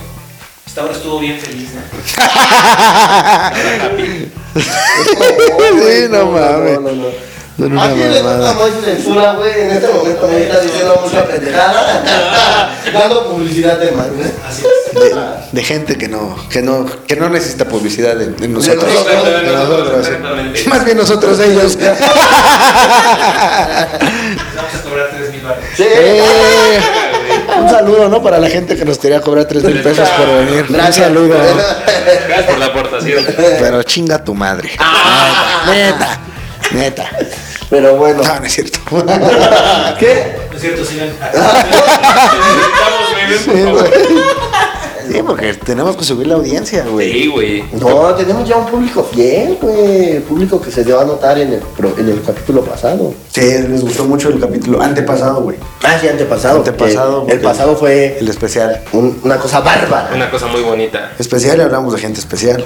Speaker 5: Hasta ahora estuvo bien feliz, ¿no?
Speaker 1: Sí, no mames.
Speaker 2: No, no, no.
Speaker 1: Son una
Speaker 2: Aquí le toca a
Speaker 1: mamada.
Speaker 2: Moy censura, güey. En este momento Moy está diciendo mucha pendejada. Dando publicidad de más, güey.
Speaker 5: Así es.
Speaker 1: De, de gente que no, que no, que no necesita publicidad de, de nosotros.
Speaker 2: nosotros,
Speaker 1: De nosotros,
Speaker 5: exactamente.
Speaker 1: sí. Más bien nosotros ellos.
Speaker 5: Les vamos a cobrar 3 mil baros.
Speaker 2: Sí.
Speaker 1: Eh, un saludo, ¿no? Para la gente que nos quería cobrar 3 mil pesos por venir. Un saludo.
Speaker 3: Gracias por la aportación.
Speaker 1: Pero chinga tu madre. Ah. Neta, neta.
Speaker 2: Pero bueno.
Speaker 1: No, no es cierto.
Speaker 2: ¿Qué?
Speaker 5: No es cierto, sigan.
Speaker 3: Necesitamos bebé, por favor.
Speaker 1: Sí, porque tenemos que subir la audiencia,
Speaker 3: Sí,
Speaker 1: güey.
Speaker 3: güey.
Speaker 2: No, tenemos ya un público fiel, güey. Público que se dio a notar en el, pro- en el capítulo pasado.
Speaker 1: Sí, les gustó mucho el capítulo antepasado, güey.
Speaker 2: Ah, sí, antepasado. porque
Speaker 1: Antepasado,
Speaker 2: El
Speaker 1: porque-
Speaker 2: pasado fue
Speaker 1: El especial.
Speaker 2: un- una cosa bárbara.
Speaker 3: Una cosa muy bonita.
Speaker 1: Especial y hablamos de gente especial.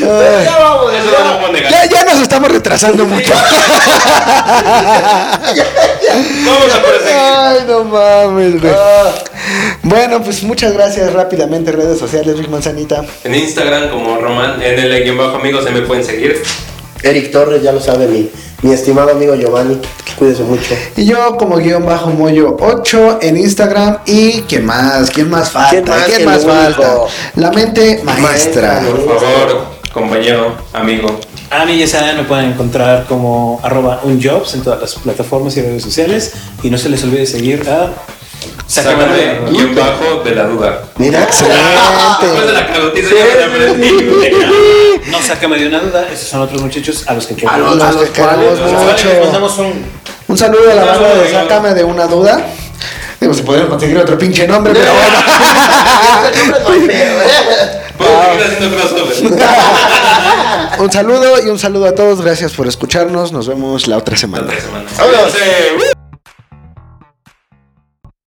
Speaker 2: Ya vamos,
Speaker 3: Eso no lo puedo
Speaker 1: Ya,
Speaker 3: negar.
Speaker 1: ya nos estamos retrasando mucho.
Speaker 3: Vamos a proseguir.
Speaker 1: Ay, no mames, güey.
Speaker 2: Ah,
Speaker 1: Bueno, pues muchas gracias rápidamente, redes sociales, Rick Manzanita.
Speaker 3: En Instagram como Román, en el guión bajo amigos se me pueden seguir.
Speaker 2: Eric Torres ya lo sabe, mi, mi estimado amigo Giovanni. Cuídese mucho.
Speaker 1: Y yo como guión bajo mollo 8 en Instagram. ¿Y qué más? ¿Quién más falta?
Speaker 2: ¿Quién
Speaker 1: ¿Quién
Speaker 2: más?
Speaker 1: más,
Speaker 2: El
Speaker 1: falta?
Speaker 2: único.
Speaker 1: La mente maestra.
Speaker 2: Maestra,
Speaker 3: Por favor, compañero, amigo.
Speaker 5: A mí ya saben, me pueden encontrar como arroba unjobs en todas las plataformas y redes sociales. Y no se les olvide seguir a
Speaker 3: Sácame guión bajo de la duda.
Speaker 2: Mira,
Speaker 3: Después de
Speaker 1: Excelente.
Speaker 3: la cagotiza ya me la aprendí, güey.
Speaker 5: No sácame de una duda, esos son otros muchachos a los que quiero.
Speaker 2: A los-
Speaker 1: Los que queremos
Speaker 3: cuales,
Speaker 5: Los cuales les
Speaker 1: mucho.
Speaker 5: mandamos un
Speaker 1: Un saludo a la
Speaker 3: Un
Speaker 1: banda
Speaker 3: saludo,
Speaker 1: de
Speaker 3: amigo.
Speaker 1: Sácame de una duda. Digo, se podría conseguir otro pinche nombre, pero bueno.
Speaker 3: Puedo seguir haciendo crossover.
Speaker 1: Un saludo y un saludo a todos. Gracias por escucharnos. Nos vemos la otra semana.
Speaker 3: Otra semana. Cuídense.